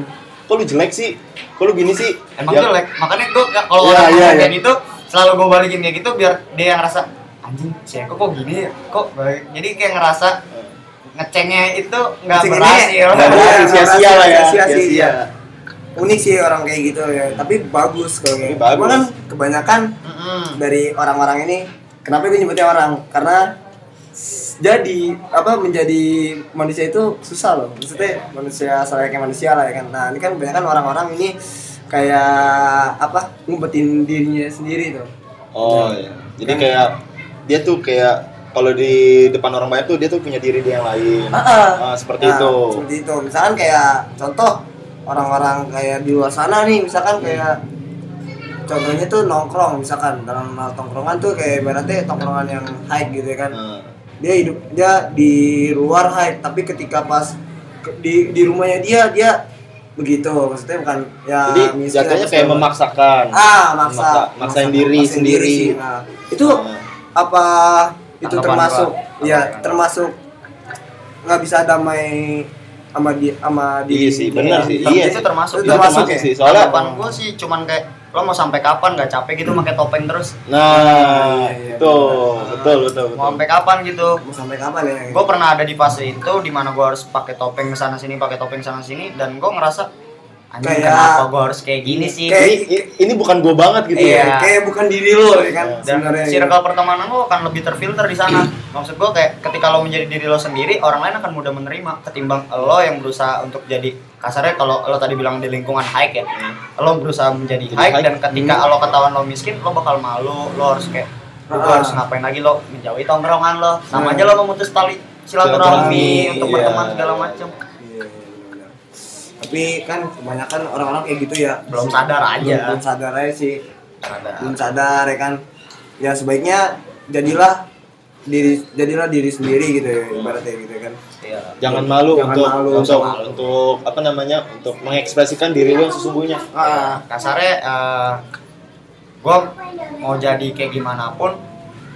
Speaker 2: Kok lu jelek sih? Kok lu gini sih?
Speaker 3: emang
Speaker 2: Ya,
Speaker 3: jelek makanya gue kalau
Speaker 2: Iya,
Speaker 3: orang
Speaker 2: iya,
Speaker 3: ngomong
Speaker 2: iya.
Speaker 3: kayak gitu selalu gue balikin kayak gitu biar dia yang ngerasa anjing si Eko kok gini ya kok baik jadi kayak ngerasa
Speaker 2: eh,
Speaker 3: ngecengnya itu nggak
Speaker 1: Ngecengin
Speaker 3: berhasil
Speaker 2: nggak
Speaker 1: Iya,
Speaker 2: berhasil, sia-sia lah ya.
Speaker 1: sia-sia. unik sih orang kayak gitu ya. Tapi bagus kalau kayak.
Speaker 2: Tapi bagus.
Speaker 1: Cuma kan kebanyakan
Speaker 3: Mm-mm.
Speaker 1: dari orang-orang ini kenapa gue nyebutnya orang karena s- jadi apa menjadi manusia itu susah loh maksudnya manusia selayaknya manusia lah ya kan nah ini kan kebanyakan orang-orang ini kayak apa ngumpetin dirinya sendiri tuh
Speaker 2: Oh iya. Jadi kayak dia tuh kayak kalau di depan orang banyak tuh dia tuh punya diri dia yang lain.
Speaker 1: Ah,
Speaker 2: Ah, seperti
Speaker 1: Nah,
Speaker 2: itu.
Speaker 1: seperti itu misalkan kayak contoh orang-orang kayak di luar sana nih misalkan
Speaker 2: Hmm.
Speaker 1: kayak contohnya tuh nongkrong misalkan dalam hal tongkrongan tuh kayak berarti tongkrongan yang high gitu ya kan
Speaker 2: Nah,
Speaker 1: dia hidup dia di luar hype tapi ketika pas ke- di di rumahnya dia dia begitu maksudnya bukan ya
Speaker 2: Jadi
Speaker 1: miskin
Speaker 2: jatuhnya
Speaker 1: atau
Speaker 2: kayak
Speaker 1: segala-
Speaker 2: memaksakan.
Speaker 1: ah maksa
Speaker 2: Maksa- maksain diri sendiri.
Speaker 1: sih. Nah, itu
Speaker 2: Nah,
Speaker 1: apa itu
Speaker 3: Tanggapan
Speaker 1: termasuk
Speaker 3: gua.
Speaker 1: ya
Speaker 3: Tanggapan.
Speaker 1: termasuk nggak bisa damai sama di sama di
Speaker 2: Iya sih, benar sih.
Speaker 1: Tapi
Speaker 2: Iya
Speaker 3: itu termasuk
Speaker 1: itu
Speaker 2: Iya,
Speaker 1: termasuk ya?
Speaker 2: sih. Soalnya
Speaker 3: Tanggapan gua sih cuman kayak lo mau sampai kapan gak capek gitu pakai topeng terus
Speaker 2: nah,
Speaker 1: Iya, iya,
Speaker 2: itu
Speaker 1: benar.
Speaker 2: betul betul betul.
Speaker 3: mau sampai kapan gitu
Speaker 1: mau sampai kapan ya
Speaker 3: gue pernah ada di fase itu di mana gue harus pakai topeng sana sini pakai topeng sana sini dan gue ngerasa anjing
Speaker 1: Kayak-
Speaker 3: kenapa gue harus kayak gini sih
Speaker 1: Kayak-
Speaker 2: Ini i- ini bukan gue banget gitu
Speaker 1: iya
Speaker 2: ya.
Speaker 1: kayak bukan diri lo ya kan
Speaker 3: dan
Speaker 1: sebenarnya
Speaker 3: circle pertemanan lo akan lebih terfilter di sana maksud gue kayak ketika lo menjadi diri lo sendiri orang lain akan mudah menerima ketimbang lo yang berusaha untuk jadi kasarnya kalau lo tadi bilang di lingkungan high ya
Speaker 1: Hmm.
Speaker 3: lo berusaha
Speaker 2: Jadi
Speaker 3: menjadi high
Speaker 2: high.
Speaker 3: dan ketika lo ketahuan lo miskin lo bakal malu lo harus kayak lo
Speaker 1: Ah.
Speaker 3: harus ngapain lagi lo menjauhi tongkrongan lo
Speaker 1: Hmm.
Speaker 3: sama aja lo memutus tali
Speaker 1: Silaturahmi,
Speaker 3: silaturahmi untuk
Speaker 1: iya.
Speaker 3: berteman segala macam
Speaker 1: Iya, benar. tapi kan kebanyakan orang-orang kayak gitu ya
Speaker 3: belum sadar aja
Speaker 1: belum, belum sadar aja sih
Speaker 3: sadar
Speaker 1: belum sadar ya kan ya sebaiknya jadilah diri jadilah diri sendiri gitu ya ibaratnya gitu ya kan
Speaker 3: Iya.
Speaker 2: Jangan malu
Speaker 1: Jangan
Speaker 2: untuk
Speaker 1: malu,
Speaker 2: untuk
Speaker 1: jangan malu.
Speaker 2: untuk apa namanya? Untuk mengekspresikan diri lo yang sesungguhnya.
Speaker 1: ah
Speaker 3: kasarnya gue mau jadi kayak gimana pun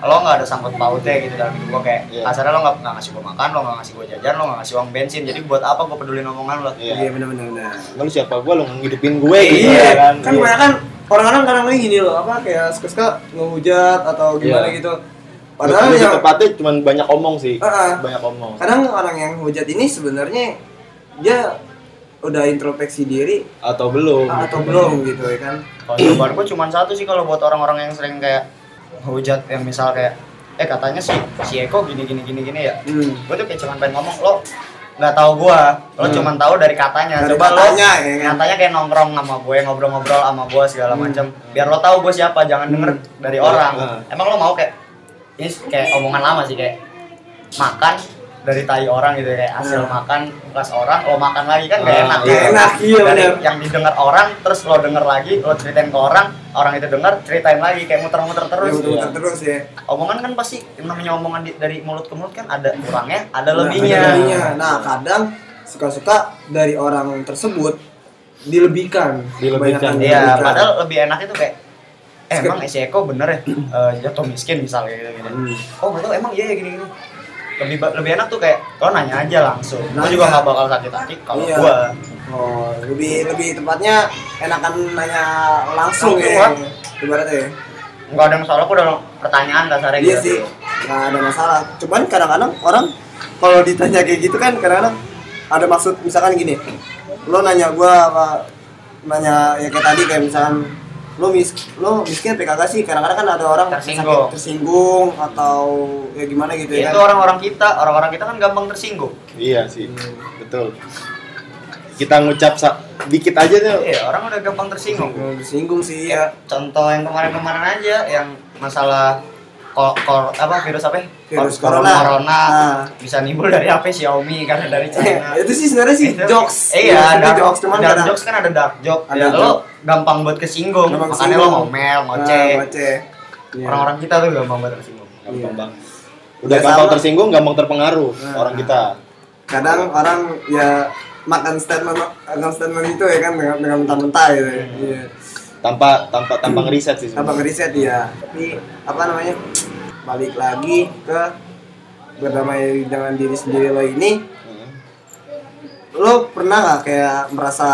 Speaker 3: lo nggak ada sangkut pautnya gitu dalam hidup gue kayak
Speaker 2: Iya.
Speaker 3: kasarnya lo nggak nggak ngasih gue makan lo nggak ngasih gue jajan lo nggak ngasih uang bensin jadi buat apa gue peduli omongan lo
Speaker 1: iya
Speaker 2: Iya.
Speaker 1: benar-benar benar.
Speaker 2: Lu siapa gue lo ngidupin gue gitu
Speaker 1: iya
Speaker 2: ya kan.
Speaker 1: kan
Speaker 2: Iya.
Speaker 1: kebanyakan orang-orang kadang-kadang gini loh apa kayak suka-suka ngehujat atau gimana
Speaker 2: Iya.
Speaker 1: gitu padahal
Speaker 2: Lebih
Speaker 1: ya
Speaker 2: tepatnya cuman banyak omong sih.
Speaker 1: Ah, ah.
Speaker 2: Banyak omong.
Speaker 1: kadang orang yang hujat ini sebenarnya dia udah introspeksi diri
Speaker 2: Atau belum.
Speaker 1: atau belum gitu ya kan
Speaker 3: kalau jawaban gue cuma satu sih kalau buat orang-orang yang sering kayak hujat yang misal kayak eh katanya sih si Eko gini gini gini gini ya
Speaker 1: hmm.
Speaker 3: gue tuh kayak cuma pengen ngomong lo nggak tahu gua lo
Speaker 2: Hmm.
Speaker 3: cuma tahu dari katanya
Speaker 1: Dari
Speaker 3: coba
Speaker 1: katanya,
Speaker 3: lo
Speaker 1: ya kan?
Speaker 3: katanya kayak nongkrong sama gue ngobrol-ngobrol sama gue segala
Speaker 1: Hmm.
Speaker 3: macam biar lo tahu gue siapa jangan denger dari orang
Speaker 2: Hmm.
Speaker 3: emang lo mau kayak ini kayak omongan lama sih kayak makan dari tai orang gitu kayak hasil
Speaker 1: Hmm.
Speaker 3: makan bekas orang lo makan lagi kan gak
Speaker 2: Ah,
Speaker 3: enak
Speaker 2: gak
Speaker 1: enak, iya
Speaker 3: dari
Speaker 1: bener.
Speaker 3: yang didengar orang terus lo denger lagi lo ceritain ke orang orang itu dengar ceritain lagi kayak muter-muter terus
Speaker 1: terus
Speaker 2: iya.
Speaker 1: terus ya
Speaker 3: omongan kan pasti yang namanya omongan di- dari mulut ke mulut kan ada kurangnya ada
Speaker 1: Nah,
Speaker 3: lebihnya
Speaker 1: ada lebihnya. Nah, kadang suka-suka dari orang tersebut dilebihkan. Kebanyakan
Speaker 2: Dilebihkan.
Speaker 3: iya
Speaker 1: dilebihkan.
Speaker 3: padahal lebih enak itu kayak eh,
Speaker 1: Skip.
Speaker 3: emang si Eko bener ya eh, jatuh miskin misalnya gitu gitu
Speaker 1: Hmm.
Speaker 3: oh betul emang iya ya gini gini lebih ba- lebih enak tuh kayak lo nanya aja langsung lo
Speaker 1: Nanya.
Speaker 3: juga gak bakal sakit hati kalau
Speaker 1: Iya.
Speaker 3: gua
Speaker 1: Oh, lebih lebih tepatnya enakan nanya langsung
Speaker 3: Langsung,
Speaker 1: ya.
Speaker 3: Wak.
Speaker 1: Ibaratnya ya.
Speaker 3: nggak ada yang salah aku udah pertanyaan dasarnya
Speaker 1: Iya
Speaker 3: gitu
Speaker 1: sih. Nggak ada masalah. Cuman kadang-kadang orang kalau ditanya kayak gitu kan kadang-kadang ada maksud misalkan gini. Lo nanya gua apa nanya ya kayak tadi kayak misalkan lo mis lo miskin apa kagak sih kadang-kadang kan ada orang
Speaker 3: Tersinggung.
Speaker 1: sakit- tersinggung atau ya gimana gitu ya
Speaker 3: itu
Speaker 1: kan?
Speaker 3: orang-orang kita orang-orang kita kan gampang tersinggung
Speaker 2: Iya sih, betul. Kita ngucap sa- dikit aja deh.
Speaker 3: iya orang udah gampang tersinggung
Speaker 1: Nggak Disinggung sih ya.
Speaker 3: Iya, contoh yang kemarin-kemarin aja yang masalah kol, kol apa virus apa ya?
Speaker 1: Virus
Speaker 3: Kor-
Speaker 1: corona.
Speaker 3: corona
Speaker 1: Ah. Eh,
Speaker 3: bisa nimbul dari apa ya? Xiaomi karena dari China
Speaker 1: ya. itu sih sebenarnya sih
Speaker 3: Itu-
Speaker 1: jokes.
Speaker 3: iya
Speaker 1: ada
Speaker 3: dark
Speaker 1: jokes cuman
Speaker 3: dark
Speaker 1: kadang-
Speaker 3: jokes kan ada dark joke
Speaker 1: Ada
Speaker 3: ya,
Speaker 1: dark
Speaker 3: lo gampang buat kesinggung
Speaker 1: Gampang
Speaker 3: makanya
Speaker 1: kesinggung.
Speaker 3: lo ngomel
Speaker 1: Ah,
Speaker 3: ngoceh
Speaker 1: ngoceh. Iya.
Speaker 3: orang-orang kita tuh gampang buat kesinggung
Speaker 2: Gampang
Speaker 1: Iya.
Speaker 2: banget. Udah
Speaker 1: Ya,
Speaker 2: gampang
Speaker 1: sama.
Speaker 2: tersinggung, gampang terpengaruh
Speaker 1: Nah.
Speaker 2: orang kita.
Speaker 1: kadang orang ya makan statement makan statement itu ya kan dengan dengan mentah-mentah gitu ya. Iya.
Speaker 2: Tanpa tanpa tanpa ngeriset sih.
Speaker 1: Tanpa
Speaker 2: sebenarnya.
Speaker 1: ngeriset ya. Tapi apa namanya? Balik lagi ke berdamai dengan diri sendiri lo ini
Speaker 2: Heeh.
Speaker 1: lo pernah nggak kayak merasa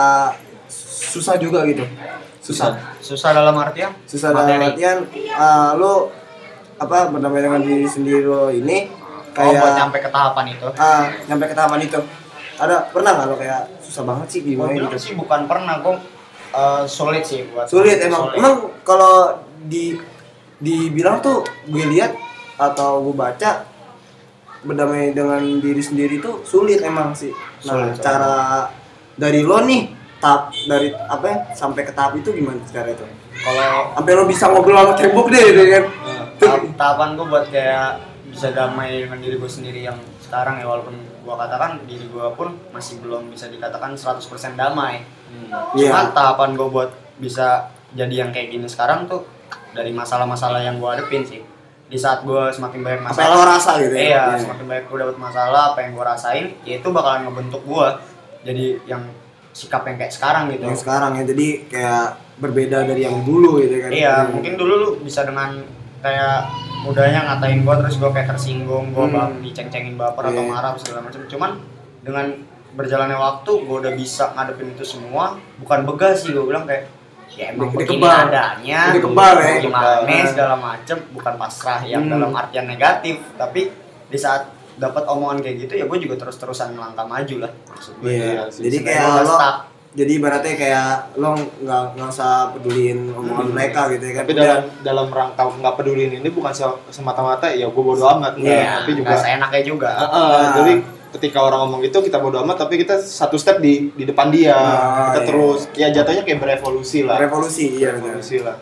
Speaker 1: susah juga gitu susah
Speaker 3: susah dalam artian
Speaker 1: susah dalam
Speaker 3: Materi.
Speaker 1: artian eh, lo apa berdamai dengan diri sendiri lo ini
Speaker 3: oh, buat
Speaker 1: kayak
Speaker 3: nyampe ke tahapan itu
Speaker 1: ah, nyampe ke tahapan itu ada pernah nggak lo kayak susah banget sih
Speaker 3: gue
Speaker 1: gimana
Speaker 3: bilang
Speaker 1: gitu
Speaker 3: sih bukan pernah gue sulit sih buat
Speaker 1: sulit emang
Speaker 3: sulit.
Speaker 1: emang kalau di dibilang tuh gue lihat atau gue baca berdamai dengan diri sendiri tuh sulit emang sih nah
Speaker 3: Sulit,
Speaker 1: cara dari lo nih tahap dari apa ya sampai ke tahap itu gimana cara itu
Speaker 3: kalau
Speaker 1: sampai lo bisa ngobrol sama tembok deh gitu kan
Speaker 3: tahap tahapan gue buat kayak bisa damai dengan diri gue sendiri yang sekarang ya walaupun gue katakan diri gue pun masih belum bisa dikatakan 100% damai
Speaker 1: Iya.
Speaker 3: cuman tahapan gue buat bisa jadi yang kayak gini sekarang tuh dari masalah-masalah yang gue hadepin sih di saat gue semakin banyak
Speaker 1: apa yang lo
Speaker 3: masalah
Speaker 1: rasa gitu
Speaker 3: iya
Speaker 1: ya
Speaker 3: semakin banyak gue dapet masalah apa yang gue rasain ya itu bakalan ngebentuk gue jadi yang sikap yang kayak sekarang gitu
Speaker 1: yang sekarang ya jadi kayak berbeda dari yang dulu gitu kan
Speaker 3: iya
Speaker 1: Hmm.
Speaker 3: mungkin dulu lu bisa dengan kayak mudahnya ngatain gue terus gue kayak tersinggung gue
Speaker 1: Hmm.
Speaker 3: diceng-cengin baper
Speaker 1: Iya.
Speaker 3: atau marah apa segala macam cuman dengan berjalannya waktu gue udah bisa ngadepin itu semua bukan begah sih gue bilang kayak ya emang
Speaker 1: Udah
Speaker 3: begini
Speaker 1: kebal.
Speaker 3: adanya
Speaker 1: Udah kebal ya.
Speaker 3: gimana
Speaker 1: Kebal.
Speaker 3: segala macem bukan pasrah yang
Speaker 1: Hmm.
Speaker 3: dalam artian negatif tapi di saat dapat omongan kayak gitu ya gue juga terus-terusan melangkah maju lah maksud gue
Speaker 1: Iya,
Speaker 2: Iya sih.
Speaker 1: jadi
Speaker 3: Supaya
Speaker 1: kayak
Speaker 3: gua nggak
Speaker 1: lo
Speaker 3: stuck.
Speaker 1: jadi ibaratnya kayak lo nggak nggak usah peduliin omongan
Speaker 2: Hmm.
Speaker 1: mereka gitu ya kan
Speaker 2: tapi dalam dalam rangka nggak peduli ini bukan se- semata-mata ya gue bodo amat nggak.
Speaker 1: Iya,
Speaker 2: tapi juga
Speaker 3: nggak seenaknya juga
Speaker 2: Ah, ah, jadi ketika orang ngomong gitu kita bodo amat tapi kita satu step di di depan dia
Speaker 1: Ah,
Speaker 2: kita
Speaker 1: iya.
Speaker 2: terus ya jatuhnya kayak berevolusi lah
Speaker 1: revolusi iya benar
Speaker 2: berevolusi lah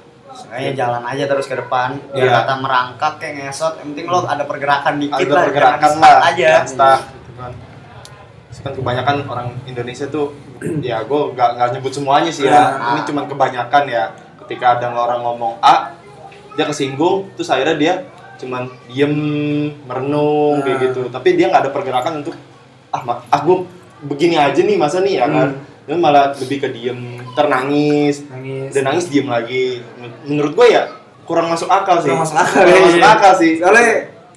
Speaker 3: Kayaknya jalan aja terus ke depan. Biar
Speaker 2: Iya.
Speaker 3: kata merangkak kayak ngesot, yang penting lo ada pergerakan
Speaker 2: ada
Speaker 3: dikit lah,
Speaker 2: pergerakan
Speaker 3: jangan
Speaker 2: lah
Speaker 3: stuck aja.
Speaker 2: jangan stuck, gitu kan Terus kan kebanyakan orang Indonesia tuh ya gue nggak nggak nyebut semuanya sih ya
Speaker 1: Iya.
Speaker 2: ini cuman kebanyakan ya ketika ada orang ngomong A dia kesinggung terus akhirnya dia cuman diem merenung kayak
Speaker 1: Ah.
Speaker 2: gitu tapi dia nggak ada pergerakan untuk ah ma- ah gue begini aja nih masa nih ya kan
Speaker 1: Hmm.
Speaker 2: dan malah lebih ke diem ternangis
Speaker 1: nangis
Speaker 2: dan nangis diem lagi Men- menurut gue ya kurang masuk akal sih
Speaker 1: Kurang masuk akal,
Speaker 2: Kurang
Speaker 1: iya.
Speaker 2: masuk akal sih
Speaker 1: soalnya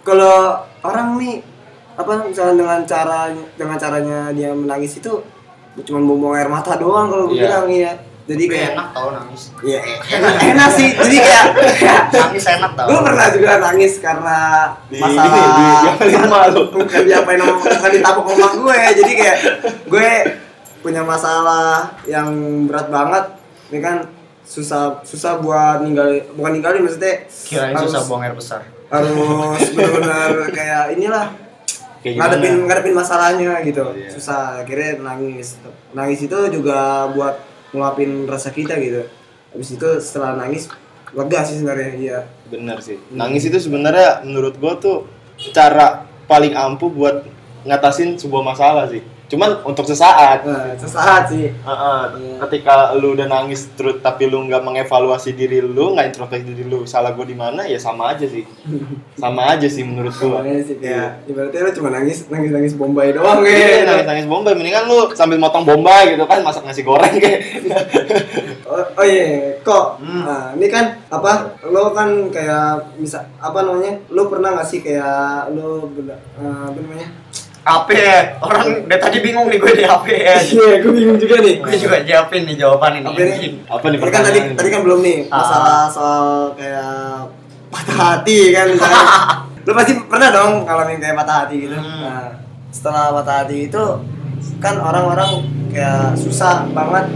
Speaker 1: kalau orang nih apa misalnya dengan cara dengan caranya dia menangis itu cuma bumbung air mata doang kalau gue
Speaker 2: Iya.
Speaker 1: bilang ya jadi
Speaker 3: Tapi
Speaker 1: kayak
Speaker 3: enak tau nangis.
Speaker 1: ya enak, enak sih jadi kayak
Speaker 3: Nangis enak tau.
Speaker 1: gue pernah juga nangis karena
Speaker 2: di
Speaker 1: masalah
Speaker 2: di, di, di, di rumah lu
Speaker 1: bukan diapain sama bukan ditabok sama gue jadi kayak gue punya masalah yang berat banget ini kan susah susah buat ninggalin bukan ninggalin maksudnya
Speaker 3: Kirain
Speaker 1: harus-
Speaker 3: susah buang air besar.
Speaker 1: harus benar-benar kayak inilah
Speaker 2: Kayak gimana?
Speaker 1: ngadepin ngadepin masalahnya gitu
Speaker 2: Iya.
Speaker 1: susah akhirnya nangis nangis itu juga buat ngeluapin rasa kita gitu habis itu setelah nangis lega sih sebenarnya iya
Speaker 2: bener sih nangis itu sebenarnya menurut gua tuh cara paling ampuh buat ngatasin sebuah masalah sih cuman untuk sesaat
Speaker 1: nah, sesaat sih
Speaker 2: Heeh,
Speaker 1: Iya.
Speaker 2: ketika lu udah nangis terus tapi lu nggak mengevaluasi diri lu nggak introspeksi diri lu salah gua di mana ya sama aja sih sama aja sih menurut gua
Speaker 1: Sebenarnya sih kayak Iya, ibaratnya lu cuma nangis nangis nangis bombay doang eh. kayak
Speaker 2: Iya, nangis-nangis bombay, mendingan lu sambil motong bombay gitu kan, masak nasi goreng kayak
Speaker 1: Oh, oh iya, kok.
Speaker 3: Hmm.
Speaker 1: Nah, ini kan apa? Lo kan kayak bisa apa namanya? Lo pernah nggak sih kayak lo bela- eh, apa namanya?
Speaker 3: HP ya? Orang dari tadi bingung nih gue di HP ya.
Speaker 1: Iya, gue bingung juga nih.
Speaker 3: Gue juga jawabin nih jawaban ini.
Speaker 1: Apa ini?
Speaker 2: Apa nih
Speaker 1: Ini kan tadi
Speaker 2: pertanyaan?
Speaker 1: tadi kan belum nih
Speaker 3: Ah.
Speaker 1: masalah soal kayak patah hati kan misalnya. lo pasti pernah dong ngalamin kayak patah hati gitu.
Speaker 3: Hmm.
Speaker 1: Nah, setelah patah hati itu kan orang-orang kayak susah banget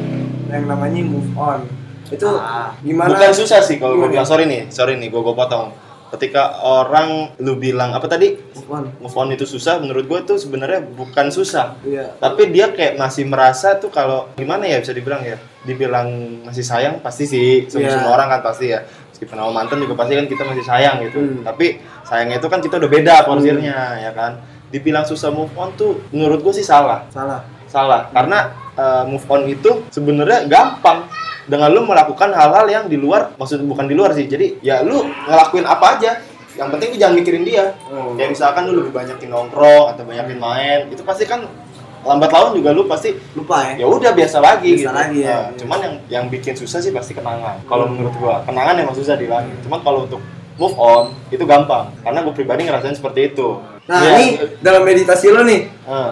Speaker 1: yang namanya move on. Itu
Speaker 3: Ah.
Speaker 1: gimana?
Speaker 2: Bukan susah sih kalau gue
Speaker 1: Gimana?
Speaker 2: bilang, sorry nih, sorry nih, gue gue potong. Ketika orang lu bilang apa tadi
Speaker 1: Move on.
Speaker 2: move on itu susah, menurut gue tuh sebenarnya bukan susah,
Speaker 1: Iya.
Speaker 2: tapi dia kayak masih merasa tuh kalau gimana ya bisa dibilang ya, dibilang masih sayang pasti sih semua
Speaker 1: Iya.
Speaker 2: semua orang kan pasti ya. Meskipun sama mantan juga pasti kan kita masih sayang gitu,
Speaker 1: Hmm.
Speaker 2: tapi sayangnya itu kan kita udah beda porsirnya ya kan. Dibilang susah move on tuh menurut gue sih salah
Speaker 1: Salah.
Speaker 2: salah karena uh, move on itu sebenarnya gampang dengan lu melakukan hal-hal yang di luar maksud bukan di luar sih jadi ya lu ngelakuin apa aja yang penting lu jangan mikirin dia
Speaker 1: Oh.
Speaker 2: kayak misalkan lu lebih banyakin nongkrong atau banyakin main itu pasti kan lambat laun juga lu pasti
Speaker 1: Lupa ya.
Speaker 2: ya udah biasa lagi
Speaker 1: Biasa
Speaker 2: gitu.
Speaker 1: lagi ya, Hmm.
Speaker 2: Nah,
Speaker 1: iya.
Speaker 2: cuman yang yang bikin susah sih pasti kenangan kalau menurut gua kenangan emang susah dihilangin cuman kalau untuk move on itu gampang karena gua pribadi ngerasain seperti itu
Speaker 1: Nah,
Speaker 2: Ya,
Speaker 1: ini dalam meditasi lo nih,
Speaker 2: eh.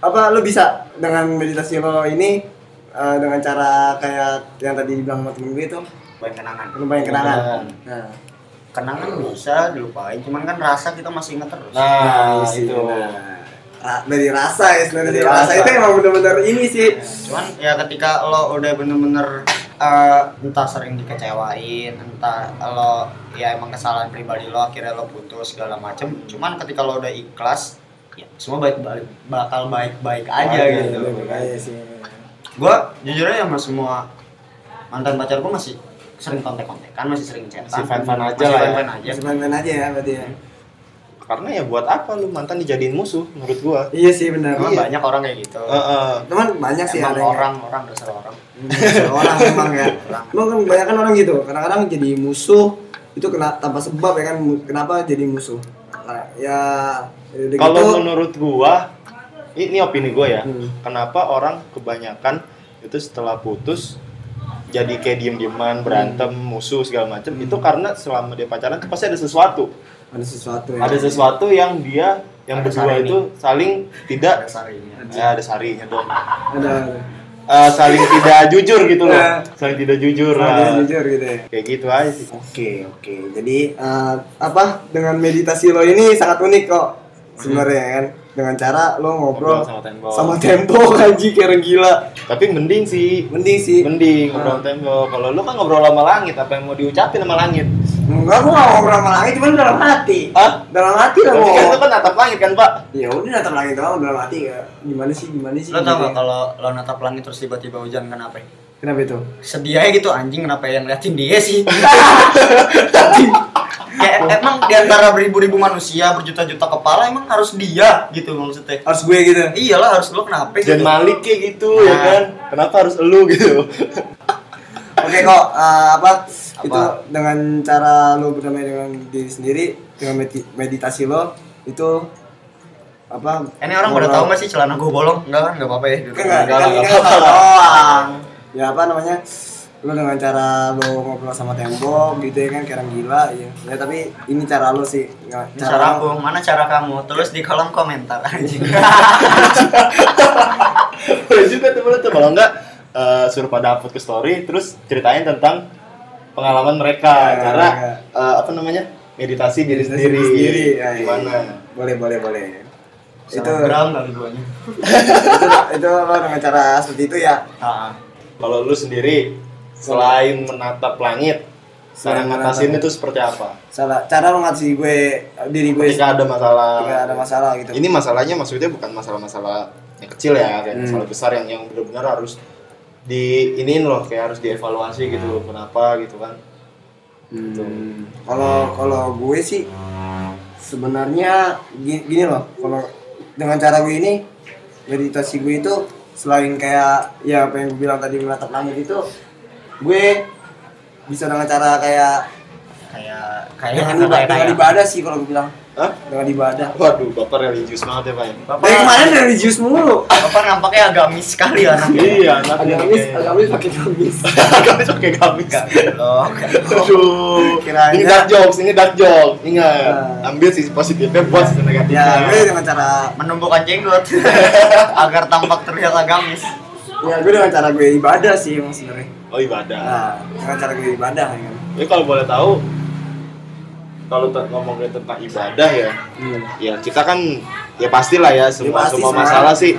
Speaker 1: apa lo bisa dengan meditasi lo ini eh, dengan cara kayak yang tadi dibilang sama temen gue itu
Speaker 3: Buat kenangan.
Speaker 1: lumayan kenangan. Nah,
Speaker 3: Kenangan bisa dilupain, cuman kan rasa kita masih inget terus.
Speaker 2: Nah,
Speaker 1: Nah,
Speaker 2: itu.
Speaker 1: nah. ra- dari rasa ya, sebenarnya dari
Speaker 2: Dari
Speaker 1: rasa
Speaker 2: rasa.
Speaker 1: itu emang bener-bener ini sih.
Speaker 3: cuman ya ketika lo udah bener-bener eh, entah sering dikecewain entah lo ya emang kesalahan pribadi lo akhirnya lo putus segala macem cuman ketika lo udah ikhlas ya semua baik balik bakal baik-baik aja
Speaker 2: Baik,
Speaker 3: gitu
Speaker 1: Iya, iya sih.
Speaker 3: gua jujur aja sama semua mantan pacar gua masih sering kontek-kontekan masih sering chatan
Speaker 2: Masih fan-fan aja
Speaker 3: Masih
Speaker 2: lah ya.
Speaker 3: fan-fan aja.
Speaker 1: Masih main-main aja ya berarti ya.
Speaker 2: karena ya buat apa lu mantan dijadiin musuh menurut gua
Speaker 1: Iya sih benar.
Speaker 3: Emang
Speaker 2: Iya.
Speaker 3: banyak orang kayak gitu
Speaker 2: Heeh.
Speaker 1: Teman banyak Iya sih
Speaker 3: emang
Speaker 1: ada yang-
Speaker 3: orang orang dasar orang
Speaker 1: Hmm, orang emang ya. Emang kan kebanyakan orang gitu. Kadang-kadang jadi musuh, itu kena tanpa sebab ya kan mu- kenapa jadi musuh Nah, ya udah gitu
Speaker 2: Kalau menurut gua, i- ini opini gua ya.
Speaker 1: Hmm.
Speaker 2: Kenapa orang kebanyakan itu setelah putus jadi kayak diem-dieman, berantem, musuh segala macem itu karena selama dia pacaran tuh pasti ada sesuatu.
Speaker 1: ada sesuatu ya
Speaker 2: Ada sesuatu yang dia yang
Speaker 3: Ada
Speaker 2: berdua
Speaker 3: sari
Speaker 2: itu saling tidak
Speaker 3: dasar ini
Speaker 2: ya, ada sarinya dong.
Speaker 1: ada
Speaker 2: Eh, saling tidak jujur gitu loh.
Speaker 1: Ya.
Speaker 2: Saling tidak jujur.
Speaker 1: ada
Speaker 2: lah.
Speaker 1: jujur gitu ya
Speaker 2: Kayak gitu aja sih.
Speaker 5: Oke oke. Jadi
Speaker 1: Eh, apa dengan meditasi lo ini sangat unik kok sebenarnya
Speaker 3: Hmm.
Speaker 1: ya kan dengan cara lo ngobrol,
Speaker 2: Ngobrol sama tembok.
Speaker 1: sama tempo anjing kayak orang gila
Speaker 2: Tapi mending sih
Speaker 1: mending sih
Speaker 2: mending ngobrol sama tembok. Kalau lu kan ngobrol sama langit, apa yang mau diucapin sama langit?
Speaker 1: enggak gua nggak ngobrol sama langit cuman dalam hati
Speaker 2: Hah?
Speaker 1: dalam hati
Speaker 3: Oh.
Speaker 1: lah
Speaker 2: Tapi kan itu
Speaker 1: mau
Speaker 2: kan atap langit kan, Pak?
Speaker 1: ya udah datang langit doang dalam hati ya gimana sih gimana sih
Speaker 3: lo tau
Speaker 1: gitu
Speaker 3: gak
Speaker 1: ya.
Speaker 3: kalau lo natap langit terus tiba-tiba hujan kenapa
Speaker 1: kenapa itu
Speaker 3: sedih aja gitu anjing kenapa yang liatin dia sih ya emang di antara beribu-ribu manusia berjuta-juta kepala emang harus dia gitu maksudnya
Speaker 1: harus gue gitu
Speaker 3: iyalah harus lo kenapa
Speaker 1: Iya,
Speaker 3: sih
Speaker 2: Dan Malik kayak gitu ya
Speaker 3: Nah.
Speaker 2: kan. Kenapa harus elu gitu?
Speaker 1: Oke kok eh, apa,
Speaker 3: Apa?
Speaker 1: itu dengan cara lo berdamai dengan diri sendiri dengan medi- meditasi lo itu apa?
Speaker 3: ini orang pada tahu nggak sih celana gue bolong enggak kan enggak apa-apa ya duduk.
Speaker 1: Kan nggak
Speaker 2: Enggak
Speaker 1: kan
Speaker 2: lah,
Speaker 1: ini kan
Speaker 2: nggak apa-apa lah.
Speaker 1: doang. Ya apa namanya? Lo dengan cara lo ngobrol sama tembok gitu ya kan kayak orang gila ya. Ya tapi ini cara lo sih. nggak-
Speaker 3: Ini cara
Speaker 1: lo-
Speaker 3: aku, mana cara kamu? Tulis di kolom komentar anjing.
Speaker 2: Boleh juga tuh, boleh tuh. Kalau enggak eh, suruh pada upload ke story terus ceritain tentang pengalaman mereka
Speaker 1: Ya,
Speaker 2: cara
Speaker 1: ya.
Speaker 2: eh, apa namanya? meditasi diri
Speaker 1: Meditasi
Speaker 2: sendiri.
Speaker 1: sendiri, ya, iya.
Speaker 2: Gimana?
Speaker 1: Boleh boleh boleh. Itu
Speaker 3: gram kali duanya.
Speaker 1: itu itu lo dengan cara seperti itu ya.
Speaker 3: Heeh.
Speaker 2: Kalau lu sendiri selain menatap langit, cara
Speaker 1: Selain
Speaker 2: ngatasin
Speaker 1: menatap-
Speaker 2: itu seperti apa?
Speaker 1: Salah cara lo ngasih gue diri gue
Speaker 2: Ketika ada masalah.
Speaker 1: ketika ada masalah gitu.
Speaker 2: Ini masalahnya maksudnya bukan masalah-masalah yang kecil ya, kayak
Speaker 1: Hmm.
Speaker 2: masalah besar yang yang benar-benar harus di iniin loh, kayak harus dievaluasi gitu loh, kenapa gitu kan.
Speaker 1: Hmm. Kalau kalau gue sih sebenarnya gini, gini loh, kalau dengan cara gue ini meditasi gue itu selain kayak ya apa yang gue bilang tadi menatap langit itu gue bisa dengan cara kayak
Speaker 3: Kayak kayak ya.
Speaker 1: dengan,
Speaker 3: kayak-
Speaker 1: iba- dengan
Speaker 3: kayak-
Speaker 1: ibadah sih kalau gue bilang
Speaker 2: Hah?
Speaker 1: dengan ibadah.
Speaker 2: Waduh, bapak religius banget ya pak. ya?
Speaker 1: Dari
Speaker 3: Bapak,
Speaker 1: kemarin religius mulu.
Speaker 3: Bapak nampaknya agamis sekali anaknya.
Speaker 2: Iya, anaknya
Speaker 1: Agamis,
Speaker 2: kayak-
Speaker 1: agamis pakai gamis.
Speaker 2: agamis pakai gamis.
Speaker 3: Loh,
Speaker 2: Aduh,
Speaker 1: Kirain
Speaker 2: ini
Speaker 1: ya.
Speaker 2: dark jokes, ini dark jokes. Ingat,
Speaker 1: Nah.
Speaker 2: ambil sisi positifnya buat sisi
Speaker 1: Ya, gue
Speaker 2: negatifnya.
Speaker 1: dengan cara
Speaker 3: menumbuhkan jenggot agar tampak terlihat agamis.
Speaker 1: ya gue dengan cara gue ibadah sih emang sebenarnya.
Speaker 2: Oh ibadah.
Speaker 1: Nah, dengan cara gue ibadah ya kan.
Speaker 2: Ini kalau boleh tahu, kalau te- ngomongin tentang ibadah ya,
Speaker 1: Hmm.
Speaker 2: ya kita kan ya pastilah ya semua
Speaker 1: pasti
Speaker 2: semua
Speaker 1: semua.
Speaker 2: masalah sih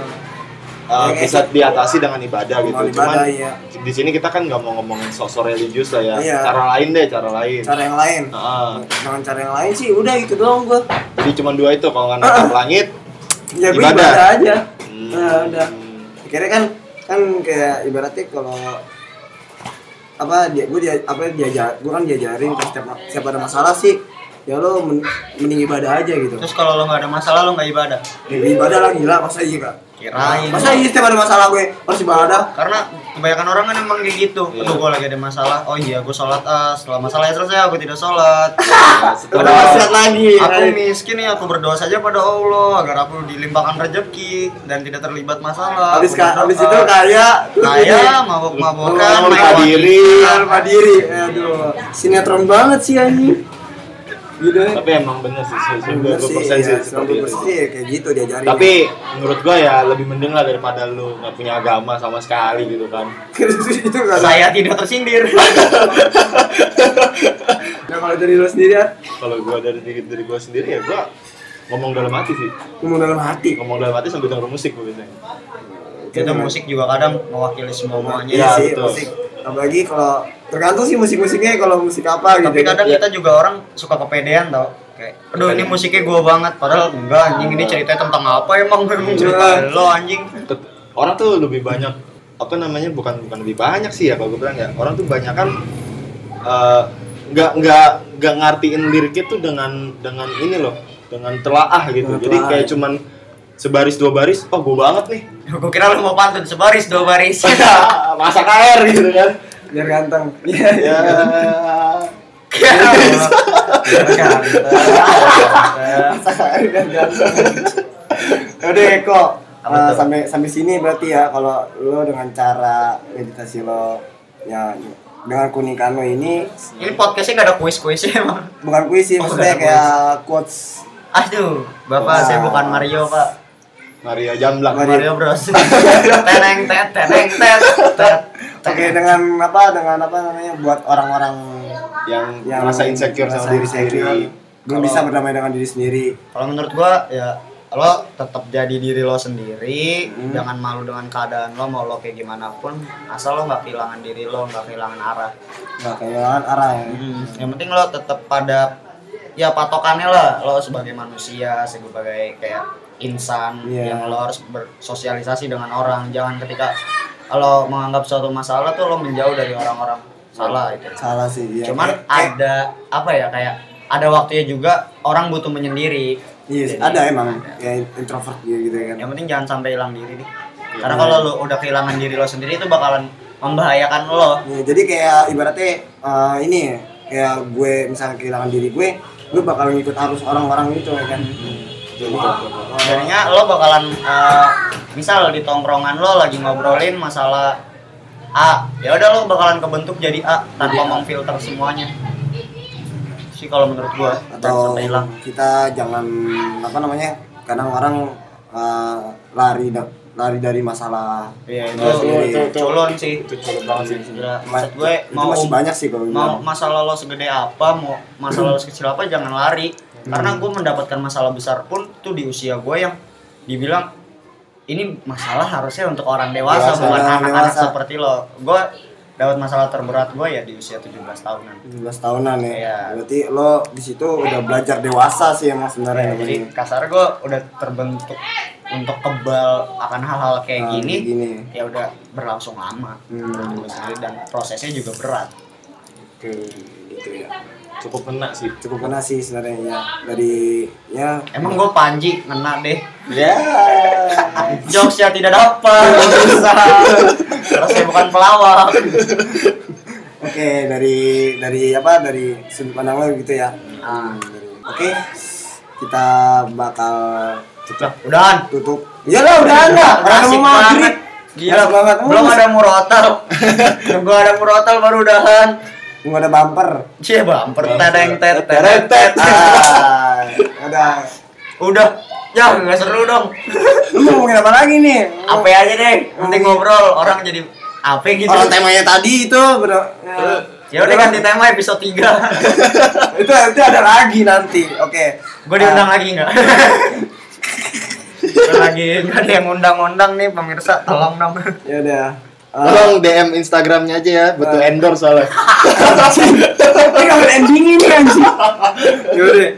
Speaker 2: uh,
Speaker 1: Ya, kayak
Speaker 2: bisa diatasi dengan ibadah gitu.
Speaker 1: Dengan
Speaker 2: Cuman
Speaker 1: ibadah, iya.
Speaker 2: di sini kita kan nggak mau ngomongin sosok religius lah ya.
Speaker 1: Iya.
Speaker 2: Cara lain deh, cara lain.
Speaker 1: cara yang lain
Speaker 2: Heeh.
Speaker 1: dengan cara yang lain sih udah gitu doang gue
Speaker 2: Jadi cuma dua itu kalau nggak
Speaker 1: Ah.
Speaker 2: natap langit.
Speaker 1: ya gue
Speaker 2: Ibadah.
Speaker 1: ibadah, aja
Speaker 2: hmm,
Speaker 1: nah, udah akhirnya kan kan kayak ibaratnya kalau apa dia gue dia apa diajar gue kan diajarin terus setiap, setiap ada masalah sih ya lo men- mending ibadah aja gitu
Speaker 3: Terus kalau lo nggak ada masalah lo nggak ibadah.
Speaker 1: Ya, ibadah lah gila masa iya kak
Speaker 3: Kirain.
Speaker 1: masa iya setiap ada masalah gue harus ibadah
Speaker 3: Karena kebanyakan orang kan emang kayak gitu.
Speaker 2: Iya.
Speaker 3: Aduh, gue lagi ada masalah. Oh iya, gue sholat. ah, setelah masalahnya selesai, aku tidak sholat.
Speaker 2: ya,
Speaker 1: ada
Speaker 2: setelah
Speaker 1: masalah lagi kan?
Speaker 3: Aku miskin ya, aku berdoa saja pada Allah agar aku dilimpahkan rezeki dan tidak terlibat masalah.
Speaker 1: habis
Speaker 3: Aku
Speaker 1: kak
Speaker 3: berdoa.
Speaker 1: habis itu kaya lu
Speaker 3: kaya mabok-mabokan,
Speaker 1: Lu
Speaker 3: main
Speaker 2: lupa
Speaker 3: wajib.
Speaker 2: diri.
Speaker 1: gini, lupa diri aduh sinetron banget sih anjing gitu ya.
Speaker 2: Tapi emang bener sih,
Speaker 1: Bener
Speaker 2: sembilan
Speaker 1: sih,
Speaker 2: persen sih
Speaker 1: iya, 90%
Speaker 2: seperti itu.
Speaker 1: sih kayak gitu diajarin.
Speaker 2: Tapi menurut gua ya lebih mending lah daripada lu nggak punya agama sama sekali gitu kan.
Speaker 1: itu itu nggak ada.
Speaker 3: Saya tidak tersindir.
Speaker 1: Nah, kalau dari lo sendiri ya,
Speaker 2: Kalau gua dari diri, diri gua sendiri ya gua ngomong dalam hati sih.
Speaker 1: ngomong dalam hati. Iya,
Speaker 2: ngomong dalam hati sambil denger musik gue biasanya
Speaker 3: Itu musik juga kadang mewakili semuanya.
Speaker 2: Iya,
Speaker 1: sih,
Speaker 2: betul.
Speaker 1: musik. Apalagi kalau tergantung sih musik-musiknya kalau musik apa gitu.
Speaker 3: Tapi kadang
Speaker 2: Iya.
Speaker 3: kita juga orang suka kepedean tau kayak aduh
Speaker 1: Iya.
Speaker 3: ini musiknya gua banget padahal enggak anjing ini ceritanya tentang apa emang
Speaker 1: Iya.
Speaker 3: emang cerita lo anjing
Speaker 2: Tet- orang tuh lebih banyak apa namanya bukan bukan lebih banyak sih ya kalau gue bilang ya orang tuh banyak kan nggak nggak nggak ngartiin liriknya tuh dengan dengan ini loh dengan telaah gitu
Speaker 1: Dengan
Speaker 2: jadi
Speaker 1: telaah,
Speaker 2: kayak
Speaker 1: ya.
Speaker 2: cuman sebaris dua baris oh gue banget nih
Speaker 3: gua kira lu mau pantun sebaris dua baris
Speaker 1: Iya.
Speaker 2: masak air gitu kan
Speaker 1: biar ganteng.
Speaker 2: ya Iya.
Speaker 1: Udah Eko,
Speaker 3: Apa
Speaker 1: eh,
Speaker 3: tuh?
Speaker 1: sampai sampai sini berarti ya kalau lo dengan cara meditasi lo ya dengan kunikan lo ini
Speaker 3: Ini podcastnya gak ada kuis-kuisnya emang.
Speaker 1: bukan puisi
Speaker 3: Oh,
Speaker 1: maksudnya
Speaker 3: nggak ada
Speaker 1: kayak quotes
Speaker 3: Aduh, bapak
Speaker 1: Wah.
Speaker 3: saya bukan Mario pak.
Speaker 2: Maria Jamblang.
Speaker 1: Maria-
Speaker 3: Mario Bros. teneng tet, teneng tet, tet.
Speaker 1: oke dengan apa dengan apa namanya buat orang-orang
Speaker 2: yang,
Speaker 1: yang
Speaker 2: merasa insecure
Speaker 1: merasa
Speaker 2: sama diri
Speaker 1: insecure,
Speaker 2: sendiri.
Speaker 1: belum
Speaker 3: Kalau-
Speaker 1: bisa berdamai dengan diri sendiri
Speaker 3: Kalau menurut gua ya lo tetap jadi diri lo sendiri,
Speaker 1: Hmm.
Speaker 3: jangan malu dengan keadaan lo mau lo kayak gimana pun, asal lo nggak kehilangan diri lo, nggak kehilangan arah.
Speaker 1: nggak kehilangan arah ya
Speaker 3: Hmm, Yang penting lo tetap pada ya patokannya lah, lo sebagai manusia, sebagai kayak insan
Speaker 1: Iya.
Speaker 3: yang lo harus bersosialisasi dengan orang, jangan ketika lo menganggap suatu masalah tuh lo menjauh dari orang-orang salah itu.
Speaker 1: salah sih iya. dia
Speaker 3: Cuman ada apa ya kayak ada waktunya juga orang butuh menyendiri.
Speaker 1: Iya,
Speaker 3: Jadi,
Speaker 1: ada emang ya introvert gitu, gitu kan.
Speaker 3: Yang penting jangan sampai hilang diri nih.
Speaker 1: Iya.
Speaker 3: Karena kalau lo udah kehilangan diri lo sendiri itu bakalan membahayakan lo.
Speaker 1: Ya, jadi kayak ibaratnya eh, ini ya, kayak gue misalnya kehilangan diri gue, gue bakal ngikut arus orang-orang gitu ya kan.
Speaker 3: Hmm.
Speaker 1: Oh.
Speaker 3: Jadinya lo bakalan eh, misal di tongkrongan lo lagi ngobrolin masalah A, ya udah lo bakalan kebentuk jadi A tanpa
Speaker 1: Iya.
Speaker 3: memfilter semuanya. Sih kalau menurut gua jangan
Speaker 1: Atau
Speaker 3: sampai hilang.
Speaker 1: kita jangan apa namanya? Kadang orang eh, lari da- lari dari masalah.
Speaker 3: Iya itu,
Speaker 1: Oh,
Speaker 3: itu,
Speaker 1: iya, iya.
Speaker 3: culun sih.
Speaker 2: Itu culun banget sih.
Speaker 3: Gila,
Speaker 1: Ma-
Speaker 3: maksud gue
Speaker 1: itu
Speaker 3: mau
Speaker 1: masih banyak sih kalau gitu.
Speaker 3: mau
Speaker 1: bilang.
Speaker 3: masalah lo segede apa mau masalah lo sekecil apa jangan lari karena
Speaker 1: Hmm.
Speaker 3: gue mendapatkan masalah besar pun tuh di usia gue yang dibilang ini masalah harusnya untuk orang dewasa
Speaker 1: Dewasa,
Speaker 3: bukan
Speaker 1: orang
Speaker 3: anak-anak
Speaker 1: dewasa.
Speaker 3: seperti lo gue dapat masalah terberat gue ya di usia 17 tahunan
Speaker 1: 17 tahunan ya.
Speaker 3: Iya.
Speaker 1: Berarti lo di situ udah belajar dewasa sih emang sebenarnya.
Speaker 3: Ya, jadi
Speaker 1: namanya.
Speaker 3: kasar gue udah terbentuk untuk kebal akan hal-hal Ah, kayak
Speaker 1: Nah,
Speaker 3: gini,
Speaker 1: gini.
Speaker 3: ya udah berlangsung lama
Speaker 1: Hmm.
Speaker 3: menurut gua sendiri, dan prosesnya juga berat
Speaker 1: Oke, gitu ya.
Speaker 2: Cukup kena sih.
Speaker 1: Cukup kena sih sebenarnya ya. Dari ya
Speaker 3: emang gue panji ngena deh
Speaker 1: Ya.
Speaker 3: Ah. jokes yang tidak dapat bisa terus saya bukan pelawak
Speaker 1: Oke, dari dari apa dari sudut pandang lo gitu ya.
Speaker 3: Ah.
Speaker 1: Oke, kita bakal
Speaker 3: Udah, udahan
Speaker 1: tutup. Iyalah udah ada. Orang
Speaker 3: Asik
Speaker 1: mau maghrib.
Speaker 3: banget. gila
Speaker 1: Asik banget.
Speaker 3: belum
Speaker 1: Lu-
Speaker 3: ada murotal belum ada murotal baru udahan
Speaker 1: Nggak ada bumper.
Speaker 3: cie bumper tedeng tet tedeng
Speaker 1: Teretet.
Speaker 3: tet
Speaker 1: Ah, udah.
Speaker 3: udah ya nggak seru dong
Speaker 1: Lu mau ngomongin apa lagi nih?
Speaker 3: apa ya aja deh penting ngobrol orang jadi apa gitu
Speaker 1: Orang
Speaker 2: Oh,
Speaker 1: temanya tadi itu bener.
Speaker 3: ya udah ganti tema episode 3
Speaker 1: Itu itu ada lagi nanti. Oke. Ah,
Speaker 3: gue diundang lagi nggak Gua lagi nggak ada yang undang-undang nih pemirsa tolong dong
Speaker 1: Ya udah. Ah.
Speaker 2: Tolong DM Instagramnya aja ya, butuh endorse soalnya.
Speaker 1: Ini kapan ending ini anjing. Yaudah.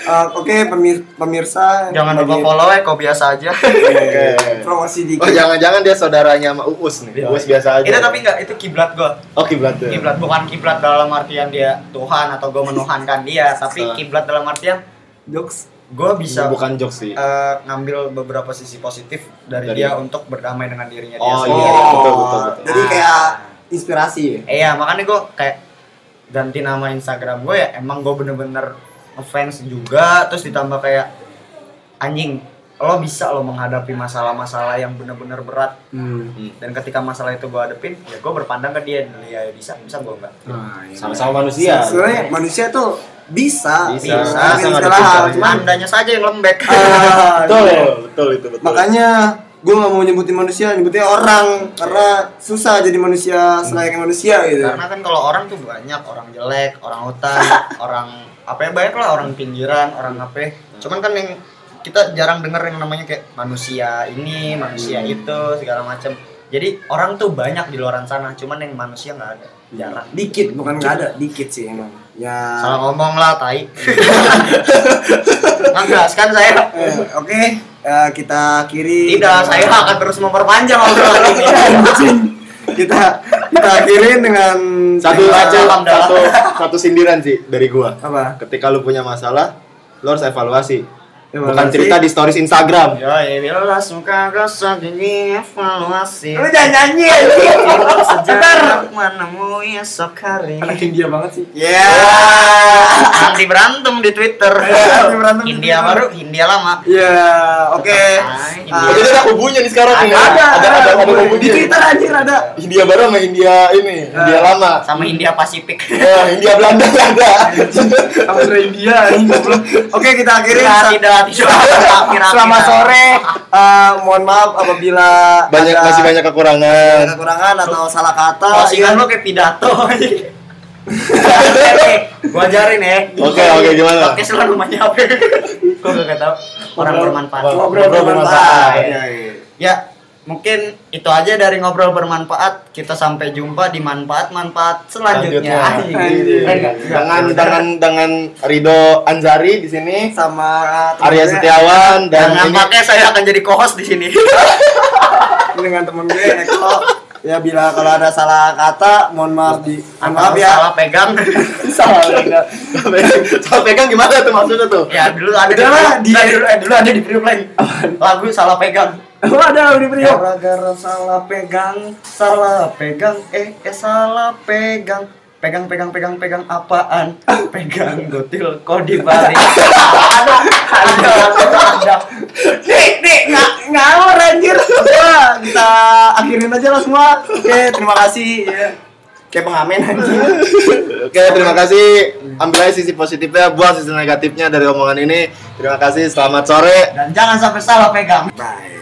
Speaker 1: Eh, Oke pemir- pemirsa
Speaker 3: jangan
Speaker 1: bagi-
Speaker 3: lupa follow ya kok biasa aja
Speaker 1: Oke.
Speaker 2: Oke.
Speaker 1: Promosi dikit.
Speaker 2: Oh jangan-jangan dia saudaranya sama Uus nih. Uus biasa aja.
Speaker 3: itu Iya, tapi Iya, nggak itu kiblat gue
Speaker 2: Oke, berarti.
Speaker 3: kiblat bukan kiblat dalam artian dia Tuhan atau gue
Speaker 2: Iya.
Speaker 3: menuhankan dia tapi
Speaker 2: Salah.
Speaker 3: kiblat dalam artian
Speaker 1: Jokes.
Speaker 3: gue bisa
Speaker 2: Iya, bukan jokes sih.
Speaker 3: eh, ngambil beberapa sisi positif dari,
Speaker 2: Dari-
Speaker 3: dia untuk berdamai dengan dirinya dia
Speaker 2: Oh,
Speaker 3: sendiri.
Speaker 2: iya, betul, betul, Ah. betul.
Speaker 1: Ah, Jadi kayak inspirasi ya.
Speaker 3: Eh, Iya makanya gue kayak ganti nama Instagram gue ya emang gue bener-bener ngefans juga terus ditambah kayak anjing lo bisa lo menghadapi masalah-masalah yang bener-bener berat dan ketika masalah itu gue hadepin ya gue berpandang ke dia dia bisa bisa gue enggak
Speaker 2: Sama-sama manusia.
Speaker 1: Sebenarnya manusia tuh bisa,
Speaker 2: Bisa.
Speaker 1: bisa,
Speaker 3: Bisa,
Speaker 1: ngelakuin segala
Speaker 2: nggak ada
Speaker 1: hal.
Speaker 2: caranya.
Speaker 1: Cuman,
Speaker 3: Andanya saja yang lembek.
Speaker 1: ah,
Speaker 2: Betul,
Speaker 3: ya.
Speaker 2: betul itu betul.
Speaker 1: makanya gue gak mau nyebutin manusia, nyebutnya orang karena susah jadi manusia selayaknya manusia gitu.
Speaker 3: Karena kan kalau orang tuh banyak orang jelek, orang hutan, orang apa ya banyak lah orang pinggiran, orang apa. Cuman kan yang kita jarang denger yang namanya kayak manusia ini, manusia itu, segala macam. Jadi orang tuh banyak di luaran sana, cuman yang manusia nggak ada, jarang.
Speaker 1: Dikit bukan nggak ada, dikit sih emang. Ya.
Speaker 3: Salah ngomong lah, tai. Ngegas kan saya.
Speaker 1: Eh, Oke, eh, kita kiri.
Speaker 3: Tidak, saya akan terus memperpanjang obrolan ini.
Speaker 1: kita kita akhirin dengan
Speaker 2: Satu
Speaker 3: Terima
Speaker 2: aja
Speaker 3: kasih.
Speaker 2: satu satu sindiran sih dari gua.
Speaker 1: apa?
Speaker 2: Ketika lu punya masalah, lu harus evaluasi.
Speaker 1: Evaluasi.
Speaker 2: Bukan cerita di stories Instagram.
Speaker 3: Ya, ya, bila suka gosok gini evaluasi.
Speaker 1: Lu jangan nyanyi.
Speaker 3: Sejarah menemui oh ya sok hari
Speaker 1: anak India banget sih
Speaker 2: Iya.
Speaker 6: Ya.
Speaker 3: anti berantem di Twitter
Speaker 1: Iya, Anti berantem di
Speaker 3: India
Speaker 1: Twitter.
Speaker 3: baru India lama
Speaker 1: Iya, oke.
Speaker 3: Ah,
Speaker 2: Oh,
Speaker 3: India.
Speaker 2: jadi ada kubunya nih sekarang nih. ya? ada ada ada
Speaker 1: di
Speaker 2: kubunya.
Speaker 1: Twitter anjir ada.
Speaker 2: India baru sama India ini, India lama.
Speaker 3: sama
Speaker 1: Hmm.
Speaker 3: India Pasifik
Speaker 2: Ya, India Belanda nggak ada.
Speaker 1: Sama dari India. anjing, goblok. Oke, kita akhiri.
Speaker 3: tidak tidak tidak
Speaker 1: Selamat sore. Eh, mohon maaf apabila
Speaker 2: Banyak
Speaker 1: ada
Speaker 2: masih banyak kekurangan.
Speaker 1: kekurangan atau salah kata.
Speaker 3: Closingan
Speaker 1: Iya.
Speaker 3: lo kayak pidato aja. Oke, gua ajarin ya.
Speaker 2: Oke,
Speaker 1: Iya,
Speaker 2: oke, gimana?
Speaker 3: Podcast lo rumahnya apa? Gua gak tau. Orang bermanfaat.
Speaker 1: Ngobrol bermanfaat. Iya, iya.
Speaker 3: Ya, mungkin itu aja dari ngobrol bermanfaat. Kita sampai jumpa di manfaat-manfaat selanjutnya.
Speaker 2: Selanjutnya. Iya.
Speaker 3: Anjing. Eh,
Speaker 1: Anjing.
Speaker 2: Dengan dengan dengan Rido Anzari di sini,
Speaker 1: Sama
Speaker 2: Arya Setiawan dan
Speaker 3: Dan
Speaker 2: ini
Speaker 3: nampaknya saya akan jadi co-host di sini.
Speaker 1: dengan temen gue Eko. Ya bila kalau ada salah kata, mohon maaf di mohon maaf ya.
Speaker 3: Salah pegang.
Speaker 2: salah. Salah pegang gimana tuh maksudnya tuh?
Speaker 3: ya dulu ada
Speaker 1: Udah lah,
Speaker 3: di eh, dulu, eh, dulu ada di video lain. Lagu salah pegang. Ya.
Speaker 1: Lu ada di Priok.
Speaker 3: Gara-gara salah pegang, salah pegang, eh, eh salah pegang. Pegang, pegang, pegang, pegang apaan? Pegang gotil kok dibalik. ada, ada, ada.
Speaker 1: Nih, nih, nggak ngawur anjir. Ya, kita akhirin aja lah semua. Oke, terima kasih. Ya. Kayak pengamen anjir.
Speaker 2: Oke, terima kasih. Ambil aja sisi positifnya, buang sisi negatifnya dari omongan ini. Terima kasih. Selamat sore.
Speaker 3: Dan jangan sampai salah pegang.
Speaker 1: Bye.